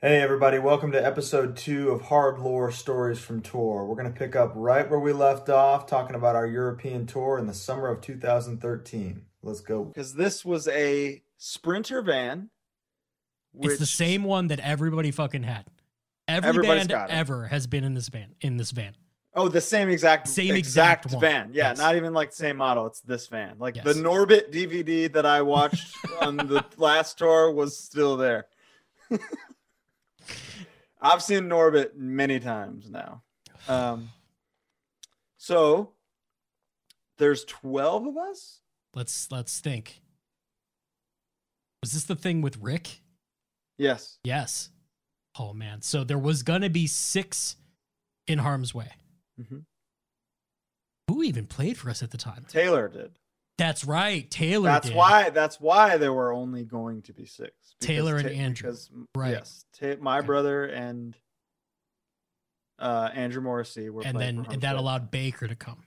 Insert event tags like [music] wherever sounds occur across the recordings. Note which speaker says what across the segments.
Speaker 1: Hey, everybody, welcome to episode two of Hard Lore Stories from Tour. We're going to pick up right where we left off, talking about our European tour in the summer of 2013. Let's go.
Speaker 2: because this was a sprinter van.
Speaker 3: It's the same one that everybody fucking had. Every
Speaker 2: Everybody's
Speaker 3: band
Speaker 2: got it.
Speaker 3: ever has been in this van. In this van,
Speaker 2: Oh, the same exact
Speaker 3: Same
Speaker 2: exact,
Speaker 3: exact one.
Speaker 2: van. Yeah,
Speaker 3: Yes.
Speaker 2: not even like the same model. It's this van. Like the
Speaker 3: Yes.
Speaker 2: Norbit DVD that I
Speaker 3: [laughs]
Speaker 2: watched on the last tour was still there. [laughs] I've seen Norbit many times now. Um, so there's 12 of us.
Speaker 3: let's let's think. Was this the thing with Rick?
Speaker 2: Yes.
Speaker 3: Yes. Oh man. So there was gonna be six in harm's way. Mm-hmm.
Speaker 2: Mhm.
Speaker 3: Who even played for us at the time?
Speaker 2: Taylor did.
Speaker 3: That's right, Taylor.
Speaker 2: That's
Speaker 3: did.
Speaker 2: why. That's why there were only going to be six. because
Speaker 3: Taylor and
Speaker 2: Ta-
Speaker 3: Andrew,
Speaker 2: Because,
Speaker 3: right.
Speaker 2: Yes, Ta- my
Speaker 3: Okay.
Speaker 2: brother and uh, Andrew Morrissey were.
Speaker 3: And
Speaker 2: playing
Speaker 3: then
Speaker 2: for Harm's
Speaker 3: that
Speaker 2: Way.
Speaker 3: allowed Baker to come.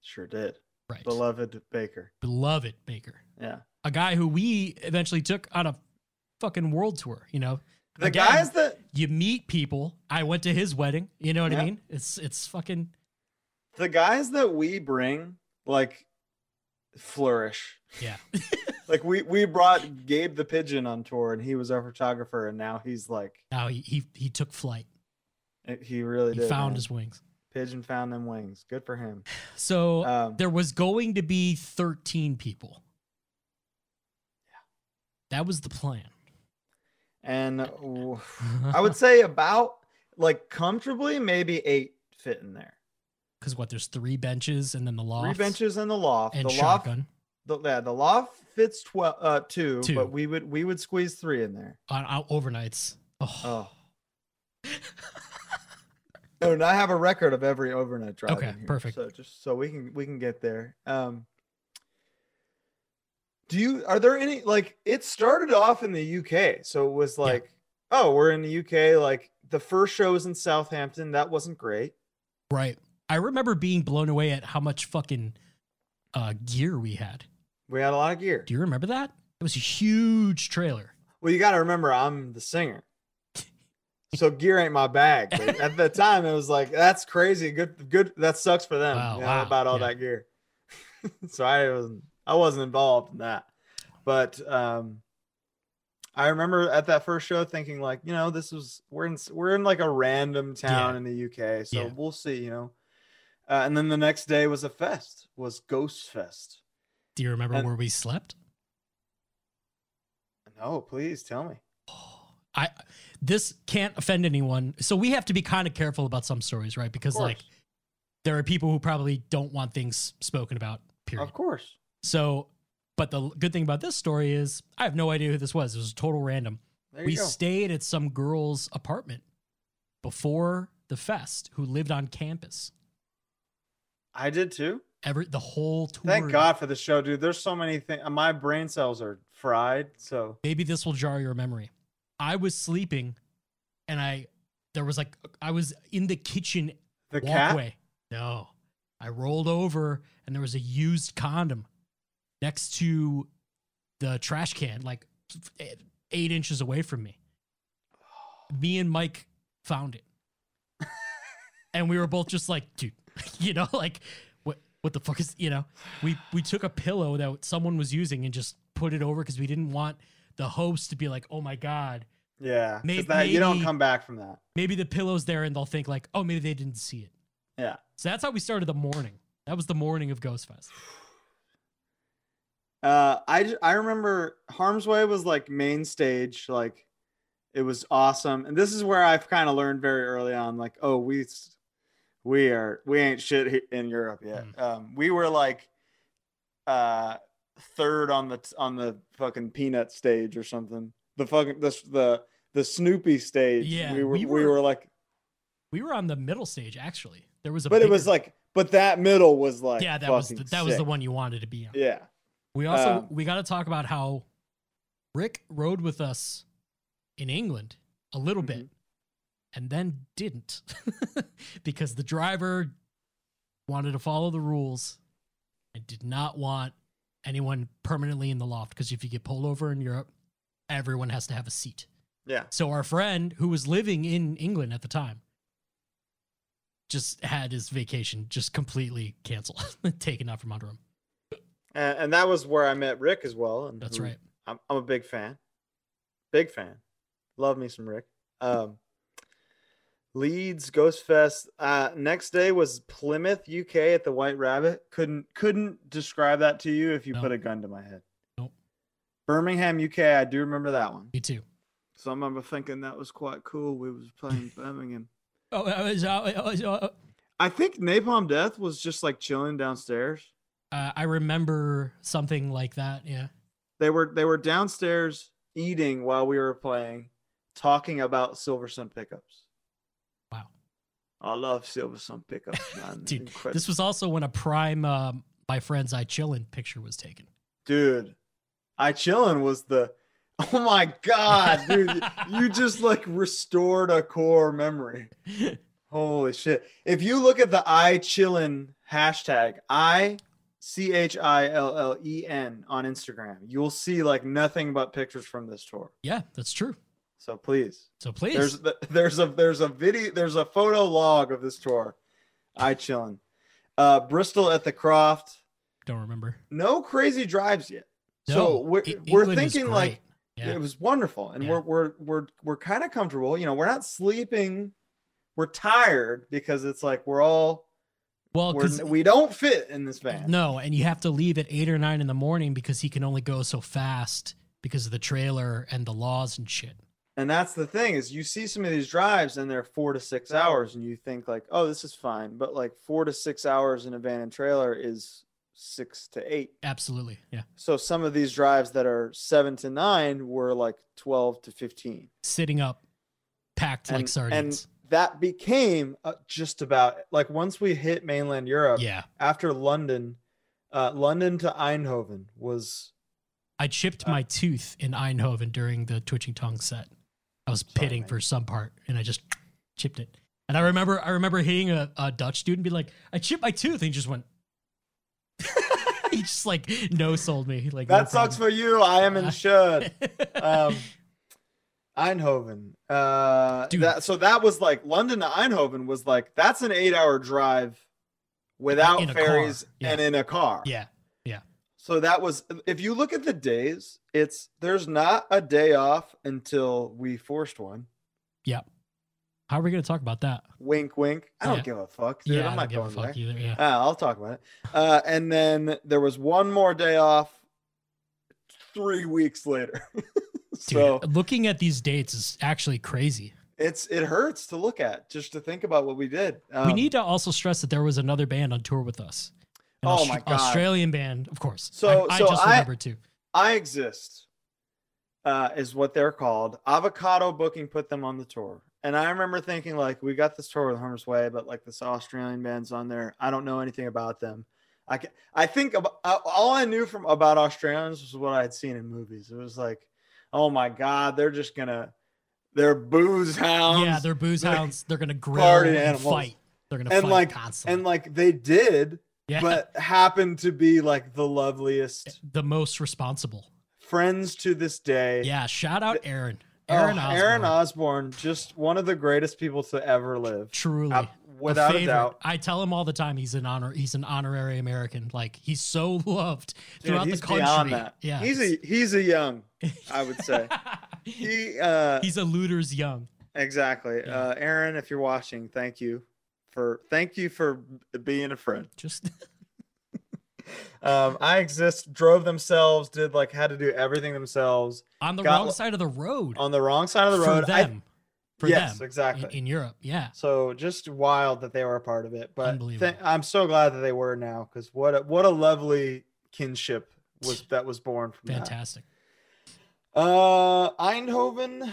Speaker 2: Sure did.
Speaker 3: Right.
Speaker 2: Beloved Baker.
Speaker 3: Beloved Baker,
Speaker 2: Yeah.
Speaker 3: a guy who we eventually took on a fucking world tour. You know,
Speaker 2: The
Speaker 3: Again,
Speaker 2: guys that
Speaker 3: you meet people. I went to his wedding. You know what
Speaker 2: Yeah.
Speaker 3: I mean? It's it's fucking
Speaker 2: the guys that we bring like flourish.
Speaker 3: yeah.
Speaker 2: [laughs] Like we we brought Gabe the pigeon on tour, and he was our photographer, and now he's like
Speaker 3: Now he he, he took flight.
Speaker 2: he really
Speaker 3: He
Speaker 2: did.
Speaker 3: found
Speaker 2: man.
Speaker 3: his wings.
Speaker 2: pigeon found them wings. Good for him.
Speaker 3: So
Speaker 2: Um,
Speaker 3: there was going to be 13 people. That was the plan. [laughs]
Speaker 2: and w- [laughs] I would say about like comfortably maybe eight fit in there.
Speaker 3: because what there's three benches and then the loft
Speaker 2: Three benches in the loft.
Speaker 3: and
Speaker 2: the loft
Speaker 3: shotgun.
Speaker 2: the, yeah, the loft fits 12 uh two,
Speaker 3: Two.
Speaker 2: but we would we would squeeze three in
Speaker 3: [sighs]
Speaker 2: there
Speaker 3: On, on overnights. Oh,
Speaker 2: oh no and i have a record of every overnight drive
Speaker 3: Okay,
Speaker 2: in here,
Speaker 3: perfect.
Speaker 2: so just so we can we can get there um do you are there any like it started off in the uk so it was like oh we're in the uk like the first show was in southampton that wasn't great
Speaker 3: right. I remember being blown away at how much fucking uh, gear we had.
Speaker 2: we had a lot of gear
Speaker 3: Do you remember that? It was a huge trailer.
Speaker 2: Well, you got to remember, I'm the singer. So gear ain't my bag. But at the time, it was like that's crazy. Good, good. That sucks for them
Speaker 3: Wow,
Speaker 2: you know,
Speaker 3: wow,
Speaker 2: about all
Speaker 3: yeah.
Speaker 2: that gear. [laughs] so I wasn't, I wasn't involved in that. But um, I remember at that first show thinking like, you know, this was we're in we're in like a random town
Speaker 3: Yeah.
Speaker 2: in the UK, so
Speaker 3: Yeah.
Speaker 2: we'll see, you know. Uh, and then the next day was a fest, was Ghost Fest.
Speaker 3: Do you remember
Speaker 2: And-
Speaker 3: where we slept?
Speaker 2: No, please tell me.
Speaker 3: I this can't offend anyone. So we have to be kind of careful about some stories, right? Because
Speaker 2: course.
Speaker 3: like there are people who probably don't want things spoken about. Period.
Speaker 2: Of course.
Speaker 3: So, but the l- good thing about this story is I have no idea who this was. It was total random.
Speaker 2: There
Speaker 3: we
Speaker 2: you go.
Speaker 3: stayed at some girl's apartment before the fest who lived on campus.
Speaker 2: I did too.
Speaker 3: Every the whole tour.
Speaker 2: Thank God for the show, dude. There's so many things. My brain cells are fried. So
Speaker 3: Maybe this will jar your memory. I was sleeping, and I there was like I was in the kitchen
Speaker 2: the cat.
Speaker 3: walkway. No, I rolled over and there was a used condom next to the trash can, like f- eh, eight inches away from me. Me and Mike found
Speaker 2: [laughs]
Speaker 3: it, and we were both just like, "Dude, [laughs] you know, like what? What the fuck is you know?" We we took a pillow that someone was using and just put it over because we didn't want the host to be like, "Oh my god."
Speaker 2: Yeah, 'cause
Speaker 3: May-
Speaker 2: that- you don't
Speaker 3: maybe-
Speaker 2: come back from that.
Speaker 3: maybe the pillow's there and they'll think like, oh, maybe they didn't see it.
Speaker 2: Yeah.
Speaker 3: So that's how we started the morning. That was the morning of Ghost Fest.
Speaker 2: Uh, I j- I remember Harm's Way was like main stage, like it was awesome. And this is where I've kind of learned very early on, like, oh, we s- we are we ain't shit he- in Europe yet.
Speaker 3: Mm.
Speaker 2: Um, we were like uh third on the t- on the fucking peanut stage or something. The fucking the s- the the Snoopy stage.
Speaker 3: Yeah,
Speaker 2: we were
Speaker 3: we
Speaker 2: we
Speaker 3: were-
Speaker 2: were like
Speaker 3: We were on the middle stage actually. There was a
Speaker 2: but it was
Speaker 3: bigger-
Speaker 2: like but that middle was like
Speaker 3: yeah, that was the,
Speaker 2: fucking
Speaker 3: that was the
Speaker 2: sick.
Speaker 3: one you wanted to be on.
Speaker 2: yeah
Speaker 3: We also
Speaker 2: Um,
Speaker 3: we got to talk about how Rick rode with us in England a little bit, and then didn't [laughs] because the driver wanted to follow the rules and did not want anyone permanently in the loft. Because if you get pulled over in Europe, everyone has to have a seat.
Speaker 2: Yeah.
Speaker 3: So our friend who was living in England at the time just had his vacation just completely canceled, [laughs] taken out from under him.
Speaker 2: And, and that was where I met Rick as well. And
Speaker 3: That's
Speaker 2: who-
Speaker 3: right.
Speaker 2: I'm, I'm a big fan. Big fan. Love me some Rick. Um, Leeds Ghost Fest. Uh, next day was Plymouth, UK, at the White Rabbit. Couldn't couldn't describe that to you if you
Speaker 3: No.
Speaker 2: put a gun to my head.
Speaker 3: Nope.
Speaker 2: Birmingham, UK. I do remember that one.
Speaker 3: Me too.
Speaker 2: So I remember thinking that was quite cool. We was
Speaker 3: [laughs]
Speaker 2: playing Birmingham.
Speaker 3: Oh, uh, is- uh, uh, uh,
Speaker 2: I think Napalm Death was just like chilling downstairs.
Speaker 3: uh, I remember something like that. Yeah.
Speaker 2: They were they were downstairs eating while we were playing, talking about Silver Sun pickups.
Speaker 3: Wow.
Speaker 2: I love Silver Sun
Speaker 3: [laughs]
Speaker 2: pickups, man.
Speaker 3: Dude,
Speaker 2: Incredible.
Speaker 3: This was also when a prime um, my friends I chillin picture was taken.
Speaker 2: dude, I chillin was the. [laughs] Oh my god, dude! you just like restored a core
Speaker 3: [laughs]
Speaker 2: memory. Holy shit! If you look at the I chillin hashtag, I C H I L L E N on Instagram, you'll see like nothing but pictures from this tour.
Speaker 3: yeah, that's true.
Speaker 2: So please,
Speaker 3: So please,
Speaker 2: there's the, there's a there's a video there's a photo log of this tour. I chillin. Uh, Bristol at the Croft.
Speaker 3: don't remember.
Speaker 2: No crazy drives yet.
Speaker 3: No,
Speaker 2: so we're,
Speaker 3: E-
Speaker 2: we're
Speaker 3: England was
Speaker 2: thinking like
Speaker 3: great. yeah.
Speaker 2: it was wonderful, and
Speaker 3: Yeah.
Speaker 2: we're we're we're we're kind of comfortable. You know, we're not sleeping. We're tired because it's like we're all
Speaker 3: well,
Speaker 2: we're,
Speaker 3: 'cause-
Speaker 2: we don't fit in this van.
Speaker 3: no, and you have to leave at eight or nine in the morning because he can only go so fast because of the trailer and the laws and shit.
Speaker 2: And that's the thing is you see some of these drives and they're four to six hours and you think like, oh, this is fine. But like four to six hours in a van and trailer is six to eight.
Speaker 3: Absolutely, yeah.
Speaker 2: So some of these drives that are seven to nine were like 12 to 15.
Speaker 3: Sitting up, packed
Speaker 2: And,
Speaker 3: like sardines.
Speaker 2: and that became uh, just about like once we hit mainland Europe
Speaker 3: yeah,
Speaker 2: after London, uh, London to Eindhoven was
Speaker 3: I chipped my tooth in Eindhoven during the twitching tongue set. I was
Speaker 2: Sorry,
Speaker 3: pitting
Speaker 2: man.
Speaker 3: for some part, and I just chipped it. And I remember, I remember hitting a, a Dutch dude and be like, "I chipped my tooth," and he just went. [laughs] he just like no sold me. Like no
Speaker 2: that sucks
Speaker 3: problem.
Speaker 2: for you. I am
Speaker 3: [laughs] Uh,
Speaker 2: insured. um, Eindhoven. Uh,
Speaker 3: Dude.
Speaker 2: That, so that was like London to Eindhoven was like that's an eight-hour drive without
Speaker 3: In a car,
Speaker 2: ferries
Speaker 3: yeah.
Speaker 2: and in a car.
Speaker 3: [laughs] yeah,
Speaker 2: So that was if you look at the days, it's there's not a day off until we forced one.
Speaker 3: how are we gonna talk about that?
Speaker 2: Wink, wink. I don't
Speaker 3: Yeah.
Speaker 2: give a fuck, dude.
Speaker 3: yeah,
Speaker 2: I'm
Speaker 3: I
Speaker 2: not
Speaker 3: don't
Speaker 2: going
Speaker 3: give a fuck
Speaker 2: there.
Speaker 3: either. Yeah,
Speaker 2: Ah, I'll talk about it. Uh, and then there was one more day off. Three weeks later. [laughs]
Speaker 3: dude,
Speaker 2: so
Speaker 3: looking at these dates is actually crazy.
Speaker 2: it's it hurts to look at just to think about what we did. Um,
Speaker 3: we need to also stress that there was another band on tour with us. An
Speaker 2: Oh
Speaker 3: Austra-
Speaker 2: my God.
Speaker 3: Australian band, of course.
Speaker 2: So-
Speaker 3: I, I
Speaker 2: so
Speaker 3: just
Speaker 2: I-
Speaker 3: remember too.
Speaker 2: I exist, uh, is what they're called. Avocado Booking put them on the tour, and I remember thinking like, we got this tour with Harm's Way, but like this Australian band's on there. I don't know anything about them. I can, I think about, all I knew from about Australians was what I had seen in movies. It was like, oh my god, they're just gonna, they're booze hounds.
Speaker 3: yeah, they're booze
Speaker 2: [laughs] they're
Speaker 3: hounds. They're gonna grill
Speaker 2: party
Speaker 3: and
Speaker 2: animals.
Speaker 3: fight. They're gonna
Speaker 2: And,
Speaker 3: fight
Speaker 2: like-
Speaker 3: constantly.
Speaker 2: and like they did,
Speaker 3: yeah,
Speaker 2: but happened to be like the loveliest
Speaker 3: [laughs] the most responsible.
Speaker 2: friends to this day.
Speaker 3: Yeah, shout out Aaron.
Speaker 2: Oh,
Speaker 3: Aaron Osborne.
Speaker 2: Aaron Osborne, just one of the greatest people to ever live.
Speaker 3: Truly.
Speaker 2: Uh,
Speaker 3: a
Speaker 2: without a,
Speaker 3: favorite.
Speaker 2: doubt.
Speaker 3: I tell him all the time he's an honor he's an honorary American. Like he's so [laughs] loved
Speaker 2: Dude,
Speaker 3: throughout
Speaker 2: he's
Speaker 3: the country.
Speaker 2: beyond that.
Speaker 3: Yeah.
Speaker 2: He's a he's a young, I would
Speaker 3: [laughs]
Speaker 2: say. he uh
Speaker 3: he's a looter's young.
Speaker 2: exactly.
Speaker 3: Yeah.
Speaker 2: Uh Aaron, if you're watching, thank you for thank you for b- being a friend.
Speaker 3: Just [laughs]
Speaker 2: Um I exist, drove themselves, did like had to do everything themselves
Speaker 3: on the
Speaker 2: Got-
Speaker 3: wrong side of the road.
Speaker 2: on the wrong side of the road.
Speaker 3: for
Speaker 2: I-
Speaker 3: them. for
Speaker 2: yes,
Speaker 3: them.
Speaker 2: exactly.
Speaker 3: In, in Europe. Yeah.
Speaker 2: So just wild that they were a part of it. But th-
Speaker 3: Unbelievable.
Speaker 2: I'm so glad that they were now because what a, what a lovely kinship was that was born from that.
Speaker 3: Fantastic.
Speaker 2: Uh, Eindhoven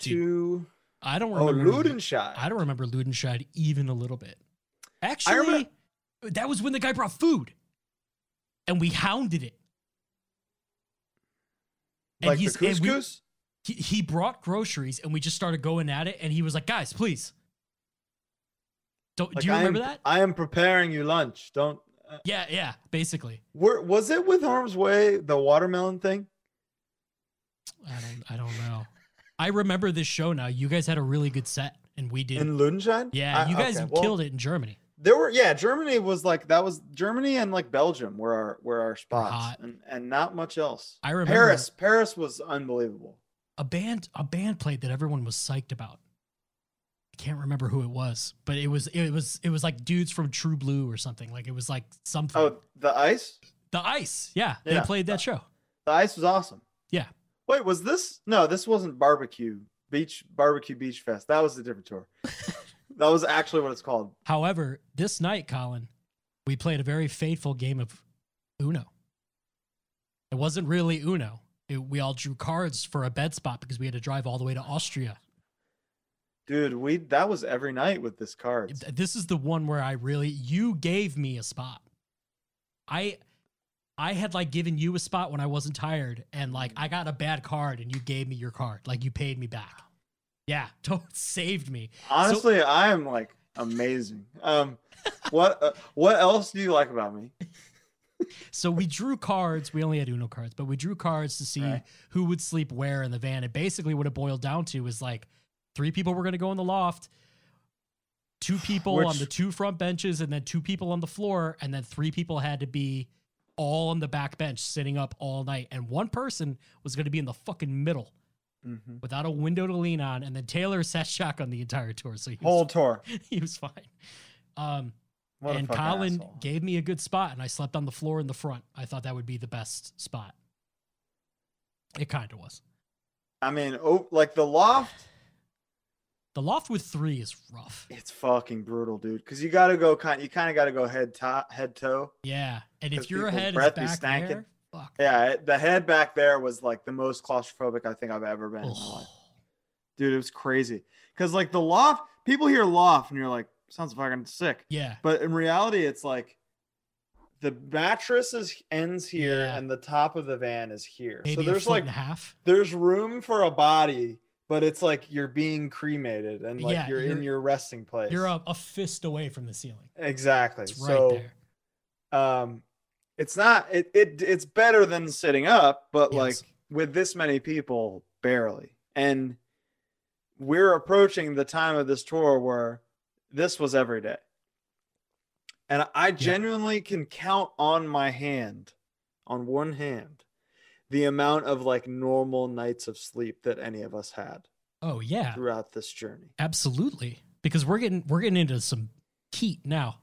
Speaker 2: to
Speaker 3: I don't
Speaker 2: oh
Speaker 3: remember
Speaker 2: Ludenscheid.
Speaker 3: I don't remember Ludenscheid even a little bit. Actually,
Speaker 2: remember-
Speaker 3: that was when the guy brought food, and we hounded it. And
Speaker 2: like the
Speaker 3: he's and we-
Speaker 2: couscous.
Speaker 3: he, he brought groceries, and we just started going at it. And he was like, "Guys, please." Don't,
Speaker 2: Like,
Speaker 3: do you
Speaker 2: I am-
Speaker 3: remember that?
Speaker 2: I am preparing you lunch. Don't. Uh,
Speaker 3: yeah, yeah, basically.
Speaker 2: were, was it with Harm's Way the watermelon thing?
Speaker 3: I don't, I don't know. I remember this show now. You guys had a really good set, and we did.
Speaker 2: in Ludenscheid.
Speaker 3: yeah,
Speaker 2: I-
Speaker 3: you guys
Speaker 2: okay, well,
Speaker 3: killed it in Germany.
Speaker 2: There were yeah, Germany was like that was Germany and like Belgium were our were our spots
Speaker 3: hot.
Speaker 2: and and not much else.
Speaker 3: I remember
Speaker 2: Paris Paris was unbelievable.
Speaker 3: a band a band played that everyone was psyched about. I can't remember who it was, but it was it was it was like dudes from True Blue or something. Like it was like something.
Speaker 2: Oh, the ice?
Speaker 3: the Ice. Yeah,
Speaker 2: Yeah.
Speaker 3: they played that show.
Speaker 2: The ice was awesome.
Speaker 3: Yeah.
Speaker 2: Wait, was this? No, this wasn't barbecue beach barbecue beach fest. That was a different
Speaker 3: [laughs]
Speaker 2: tour. that was actually what it's called.
Speaker 3: However, this night, Colin, we played a very fateful game of Uno. It wasn't really Uno. It, we all drew cards for a bed spot because we had to drive all the way to Austria.
Speaker 2: Dude, we that was every night with this card.
Speaker 3: Th- This is the one where I really you gave me a spot. I I had like given you a spot when I wasn't tired and like I got a bad card and you gave me your card. Like you paid me back. Yeah, [laughs] don't saved me.
Speaker 2: Honestly, I am like amazing. Um
Speaker 3: [laughs]
Speaker 2: what uh, what else do you like about me?
Speaker 3: So we drew cards. We only had Uno cards, but we drew cards to see
Speaker 2: Right.
Speaker 3: who would sleep where in the van. And basically, what it boiled down to is like three people were going to go in the loft, two people on
Speaker 2: Which-
Speaker 3: the two front benches, and then two people on the floor, and then three people had to be all on the back bench, sitting up all night, and one person was going to be in the fucking middle
Speaker 2: Mm-hmm.
Speaker 3: without a window to lean on. And then Taylor [laughs] sat shotgun the entire tour, so he
Speaker 2: Whole
Speaker 3: was,
Speaker 2: tour.
Speaker 3: [laughs] he was fine. Um,
Speaker 2: What a
Speaker 3: and
Speaker 2: fucking
Speaker 3: Colin
Speaker 2: asshole.
Speaker 3: gave me a good spot, and I slept on the floor in the front. I thought that would be the best spot. It kind of was.
Speaker 2: I mean, oh, like the loft,
Speaker 3: The loft with three is rough.
Speaker 2: it's fucking brutal, dude. Because you got to go kind, you kind of got to go head top, head toe.
Speaker 3: Yeah, and
Speaker 2: 'Cause
Speaker 3: if your
Speaker 2: people's
Speaker 3: head is
Speaker 2: breath be
Speaker 3: back
Speaker 2: stankin'.
Speaker 3: there, fuck.
Speaker 2: Yeah, it- the head back there was like the most claustrophobic I think I've ever been. in my life. Dude, it was crazy. Because like the loft, people hear loft and you're like, sounds fucking sick.
Speaker 3: Yeah,
Speaker 2: But in reality, it's like the mattress is ends here
Speaker 3: Yeah.
Speaker 2: and the top of the van is here.
Speaker 3: maybe
Speaker 2: so
Speaker 3: a
Speaker 2: there's
Speaker 3: foot
Speaker 2: like
Speaker 3: and a half.
Speaker 2: there's room for a body, but it's like you're being cremated and like
Speaker 3: Yeah,
Speaker 2: you're, in
Speaker 3: you're-
Speaker 2: your resting place.
Speaker 3: You're a, a fist away from the ceiling.
Speaker 2: Exactly.
Speaker 3: It's right
Speaker 2: so
Speaker 3: there.
Speaker 2: um it's not it, it it's better than sitting up, but like
Speaker 3: Yes.
Speaker 2: with this many people, barely. And we're approaching the time of this tour where this was every day. And I genuinely can count on my hand, on one hand, the amount of like normal nights of sleep that any of us had
Speaker 3: Oh yeah,
Speaker 2: throughout this journey.
Speaker 3: absolutely. Because we're getting we're getting into some heat now.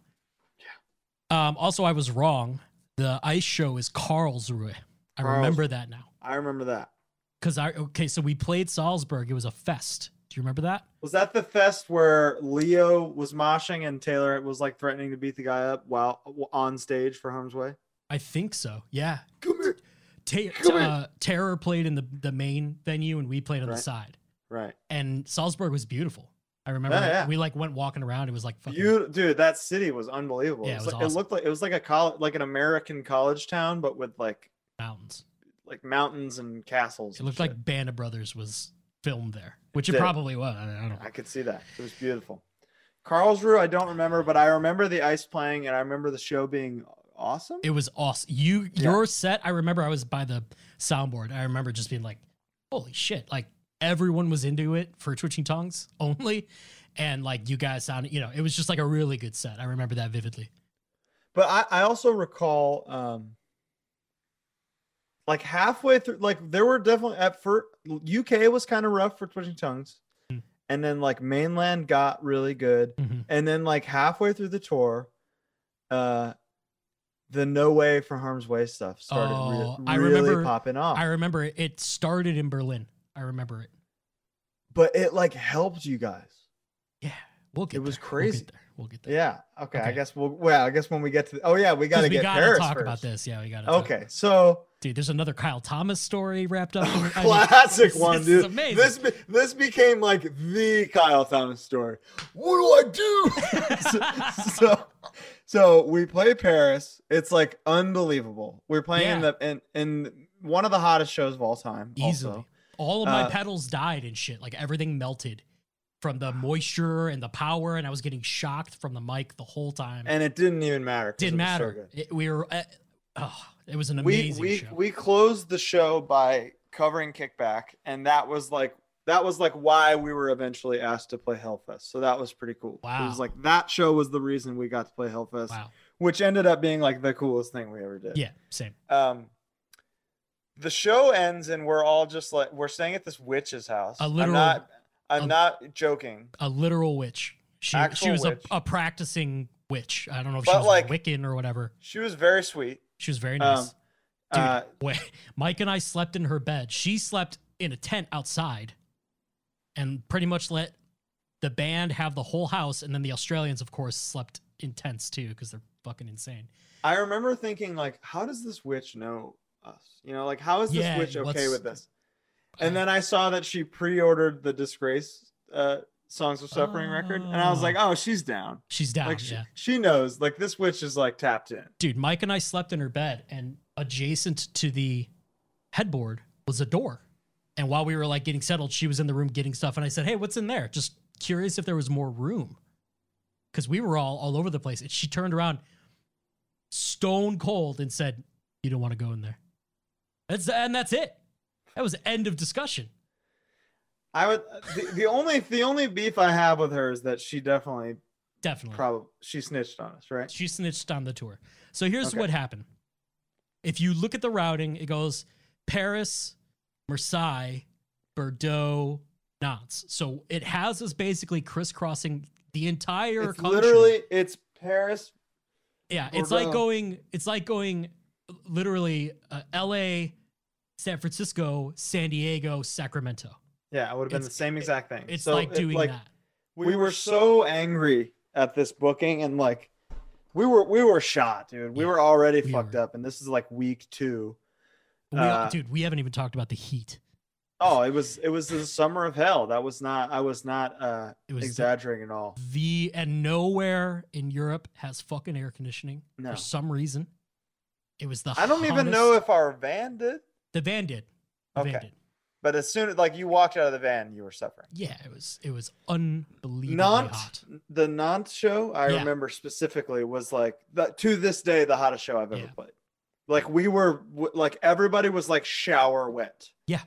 Speaker 3: Yeah. Um. Also, I was wrong. The ice show is Karlsruhe. I
Speaker 2: Karlsruhe.
Speaker 3: remember that now.
Speaker 2: I remember that.
Speaker 3: Because I okay, so we played Salzburg. It was a fest. Do you remember that?
Speaker 2: Was that the fest where Leo was moshing and Taylor was like threatening to beat the guy up while on stage for Harm's Way?
Speaker 3: I think so. Yeah.
Speaker 2: Come here.
Speaker 3: Ta-
Speaker 2: Come
Speaker 3: uh, Terror played in the the main venue, and we played on the
Speaker 2: Right.
Speaker 3: side.
Speaker 2: Right.
Speaker 3: And Salzburg was beautiful. I remember
Speaker 2: Yeah,
Speaker 3: like,
Speaker 2: yeah.
Speaker 3: we like went walking around. It was like fucking,
Speaker 2: You dude, that city was unbelievable.
Speaker 3: Yeah,
Speaker 2: it, was
Speaker 3: it was
Speaker 2: like, it
Speaker 3: awesome.
Speaker 2: looked like it was like a college, like an American college town, but with like
Speaker 3: mountains.
Speaker 2: like mountains and castles.
Speaker 3: It
Speaker 2: and
Speaker 3: looked
Speaker 2: shit.
Speaker 3: like Band of Brothers was filmed there, which
Speaker 2: did.
Speaker 3: it probably was. I don't know.
Speaker 2: I could see that. It was beautiful. Karlsruhe, I don't remember, but I remember the ice playing, and I remember the show being awesome.
Speaker 3: It was awesome. You
Speaker 2: Yeah.
Speaker 3: your set. I remember I was by the soundboard. I remember just being like, "Holy shit!" Like everyone was into it for twitching tongues [laughs] only, and like you guys sounded. You know, it was just like a really good set. I remember that vividly.
Speaker 2: But I, I also recall um like halfway through like there were definitely at first UK was kind of rough for twitching tongues.
Speaker 3: Mm.
Speaker 2: And then like mainland got really good.
Speaker 3: Mhm.
Speaker 2: And then like halfway through the tour, uh the no way for harm's way stuff started re-
Speaker 3: Oh, I
Speaker 2: really
Speaker 3: remember-
Speaker 2: popping off.
Speaker 3: I remember it, it started in Berlin. I remember it.
Speaker 2: but it like helped you guys.
Speaker 3: We'll get.
Speaker 2: It was
Speaker 3: there.
Speaker 2: crazy.
Speaker 3: We'll get there. We'll get there.
Speaker 2: Yeah. Okay. I
Speaker 3: Okay.
Speaker 2: guess we'll well, I guess when we get to oh yeah, we
Speaker 3: 'Cause
Speaker 2: gotta
Speaker 3: we
Speaker 2: get
Speaker 3: gotta
Speaker 2: Paris
Speaker 3: talk
Speaker 2: first.
Speaker 3: about this. Yeah, we gotta. talk.
Speaker 2: Okay. So
Speaker 3: dude. There's another Kyle Thomas story
Speaker 2: [laughs]
Speaker 3: wrapped up. in- I mean,
Speaker 2: Oh, Classic
Speaker 3: this-
Speaker 2: one,
Speaker 3: this
Speaker 2: dude.
Speaker 3: Is amazing.
Speaker 2: This be- this became like the Kyle Thomas story. What do [laughs] I do? so, so we play Paris. It's like unbelievable. We're playing in
Speaker 3: Yeah.
Speaker 2: the in in one of the hottest shows of all time.
Speaker 3: easily.
Speaker 2: Also.
Speaker 3: All of my
Speaker 2: Uh,
Speaker 3: pedals died and shit. Like everything melted from the moisture and the power, and I was getting shocked from the mic the whole time.
Speaker 2: and it didn't even matter. 'cause
Speaker 3: Didn't
Speaker 2: it was so
Speaker 3: matter.
Speaker 2: good.
Speaker 3: It, we were. Uh, oh, it was an
Speaker 2: we
Speaker 3: amazing
Speaker 2: we
Speaker 3: show.
Speaker 2: we closed the show by covering kickback, and that was like that was like why we were eventually asked to play Hellfest. So that was pretty cool. It was
Speaker 3: Wow.
Speaker 2: like that show was the reason we got to play Hellfest,
Speaker 3: Wow.
Speaker 2: which ended up being like the coolest thing we ever did.
Speaker 3: Yeah. Same.
Speaker 2: Um, the show ends and we're all just like we're staying at this witch's house.
Speaker 3: A literal-
Speaker 2: I'm not, I'm
Speaker 3: a-
Speaker 2: not joking.
Speaker 3: A literal witch. She
Speaker 2: Actual
Speaker 3: she was
Speaker 2: witch.
Speaker 3: A, a practicing witch. I don't know if she
Speaker 2: But,
Speaker 3: was
Speaker 2: like-
Speaker 3: like, Wiccan or whatever.
Speaker 2: She was very sweet.
Speaker 3: She was very nice.
Speaker 2: Um,
Speaker 3: Dude.
Speaker 2: uh,
Speaker 3: Wait, [laughs] Mike and I slept in her bed. She slept in a tent outside and pretty much let the band have the whole house. And then the Australians, of course, slept in tents too because they're fucking insane.
Speaker 2: I remember thinking like, how does this witch know us? You know, like how is this
Speaker 3: Yeah,
Speaker 2: witch okay
Speaker 3: what's-
Speaker 2: with this? And then I saw that she pre-ordered the Disgrace uh, Songs of Suffering record, and I was
Speaker 3: Oh.
Speaker 2: like, oh, she's down.
Speaker 3: She's down.
Speaker 2: like she,
Speaker 3: yeah.
Speaker 2: she knows. Like this witch is like tapped in.
Speaker 3: Dude, Mike and I slept in her bed and adjacent to the headboard was a door. And while we were like getting settled, she was in the room getting stuff. And I said, Hey, what's in there? Just curious if there was more room. Cause we were all all over the place. And she turned around stone cold and said, You don't want to go in there. That's and that's it. That was end of discussion.
Speaker 2: I would the, the only the only beef I have with her is that she definitely
Speaker 3: Definitely.
Speaker 2: probably she snitched on us, right?
Speaker 3: She snitched on the tour. So here's
Speaker 2: Okay.
Speaker 3: what happened. If you look at the routing, it goes Paris, Marseille, Bordeaux, Nantes. So it has us basically crisscrossing the entire
Speaker 2: It's
Speaker 3: country.
Speaker 2: literally it's Paris.
Speaker 3: yeah, it's like
Speaker 2: Bordeaux.
Speaker 3: going it's like going literally uh, LA, San Francisco, San Diego, Sacramento.
Speaker 2: Yeah, it would have been the
Speaker 3: It's-
Speaker 2: same exact thing.
Speaker 3: It's
Speaker 2: So
Speaker 3: like
Speaker 2: it-
Speaker 3: doing that.
Speaker 2: we, were so angry at this booking and like we were we were shot dude we
Speaker 3: Yeah,
Speaker 2: were already
Speaker 3: we
Speaker 2: fucked
Speaker 3: were.
Speaker 2: up and this is like week two.
Speaker 3: We,
Speaker 2: uh,
Speaker 3: dude, we haven't even talked about the heat.
Speaker 2: Oh, it was it was the summer of hell that was not i was not uh
Speaker 3: It was
Speaker 2: exaggerating at all
Speaker 3: the and nowhere in Europe has fucking air conditioning
Speaker 2: No.
Speaker 3: for some reason. It was the
Speaker 2: i don't even know
Speaker 3: hottest-
Speaker 2: if our van did
Speaker 3: the van did. The van
Speaker 2: Okay.
Speaker 3: did.
Speaker 2: but as soon as like you walked out of the van you were suffering
Speaker 3: Yeah, it was it was unbelievably hot.
Speaker 2: Nantes, the Nantes show, I
Speaker 3: Yeah.
Speaker 2: remember specifically was like the, to this day the hottest show I've ever
Speaker 3: Yeah.
Speaker 2: played. Like we were w- like everybody was like shower wet.
Speaker 3: Yeah.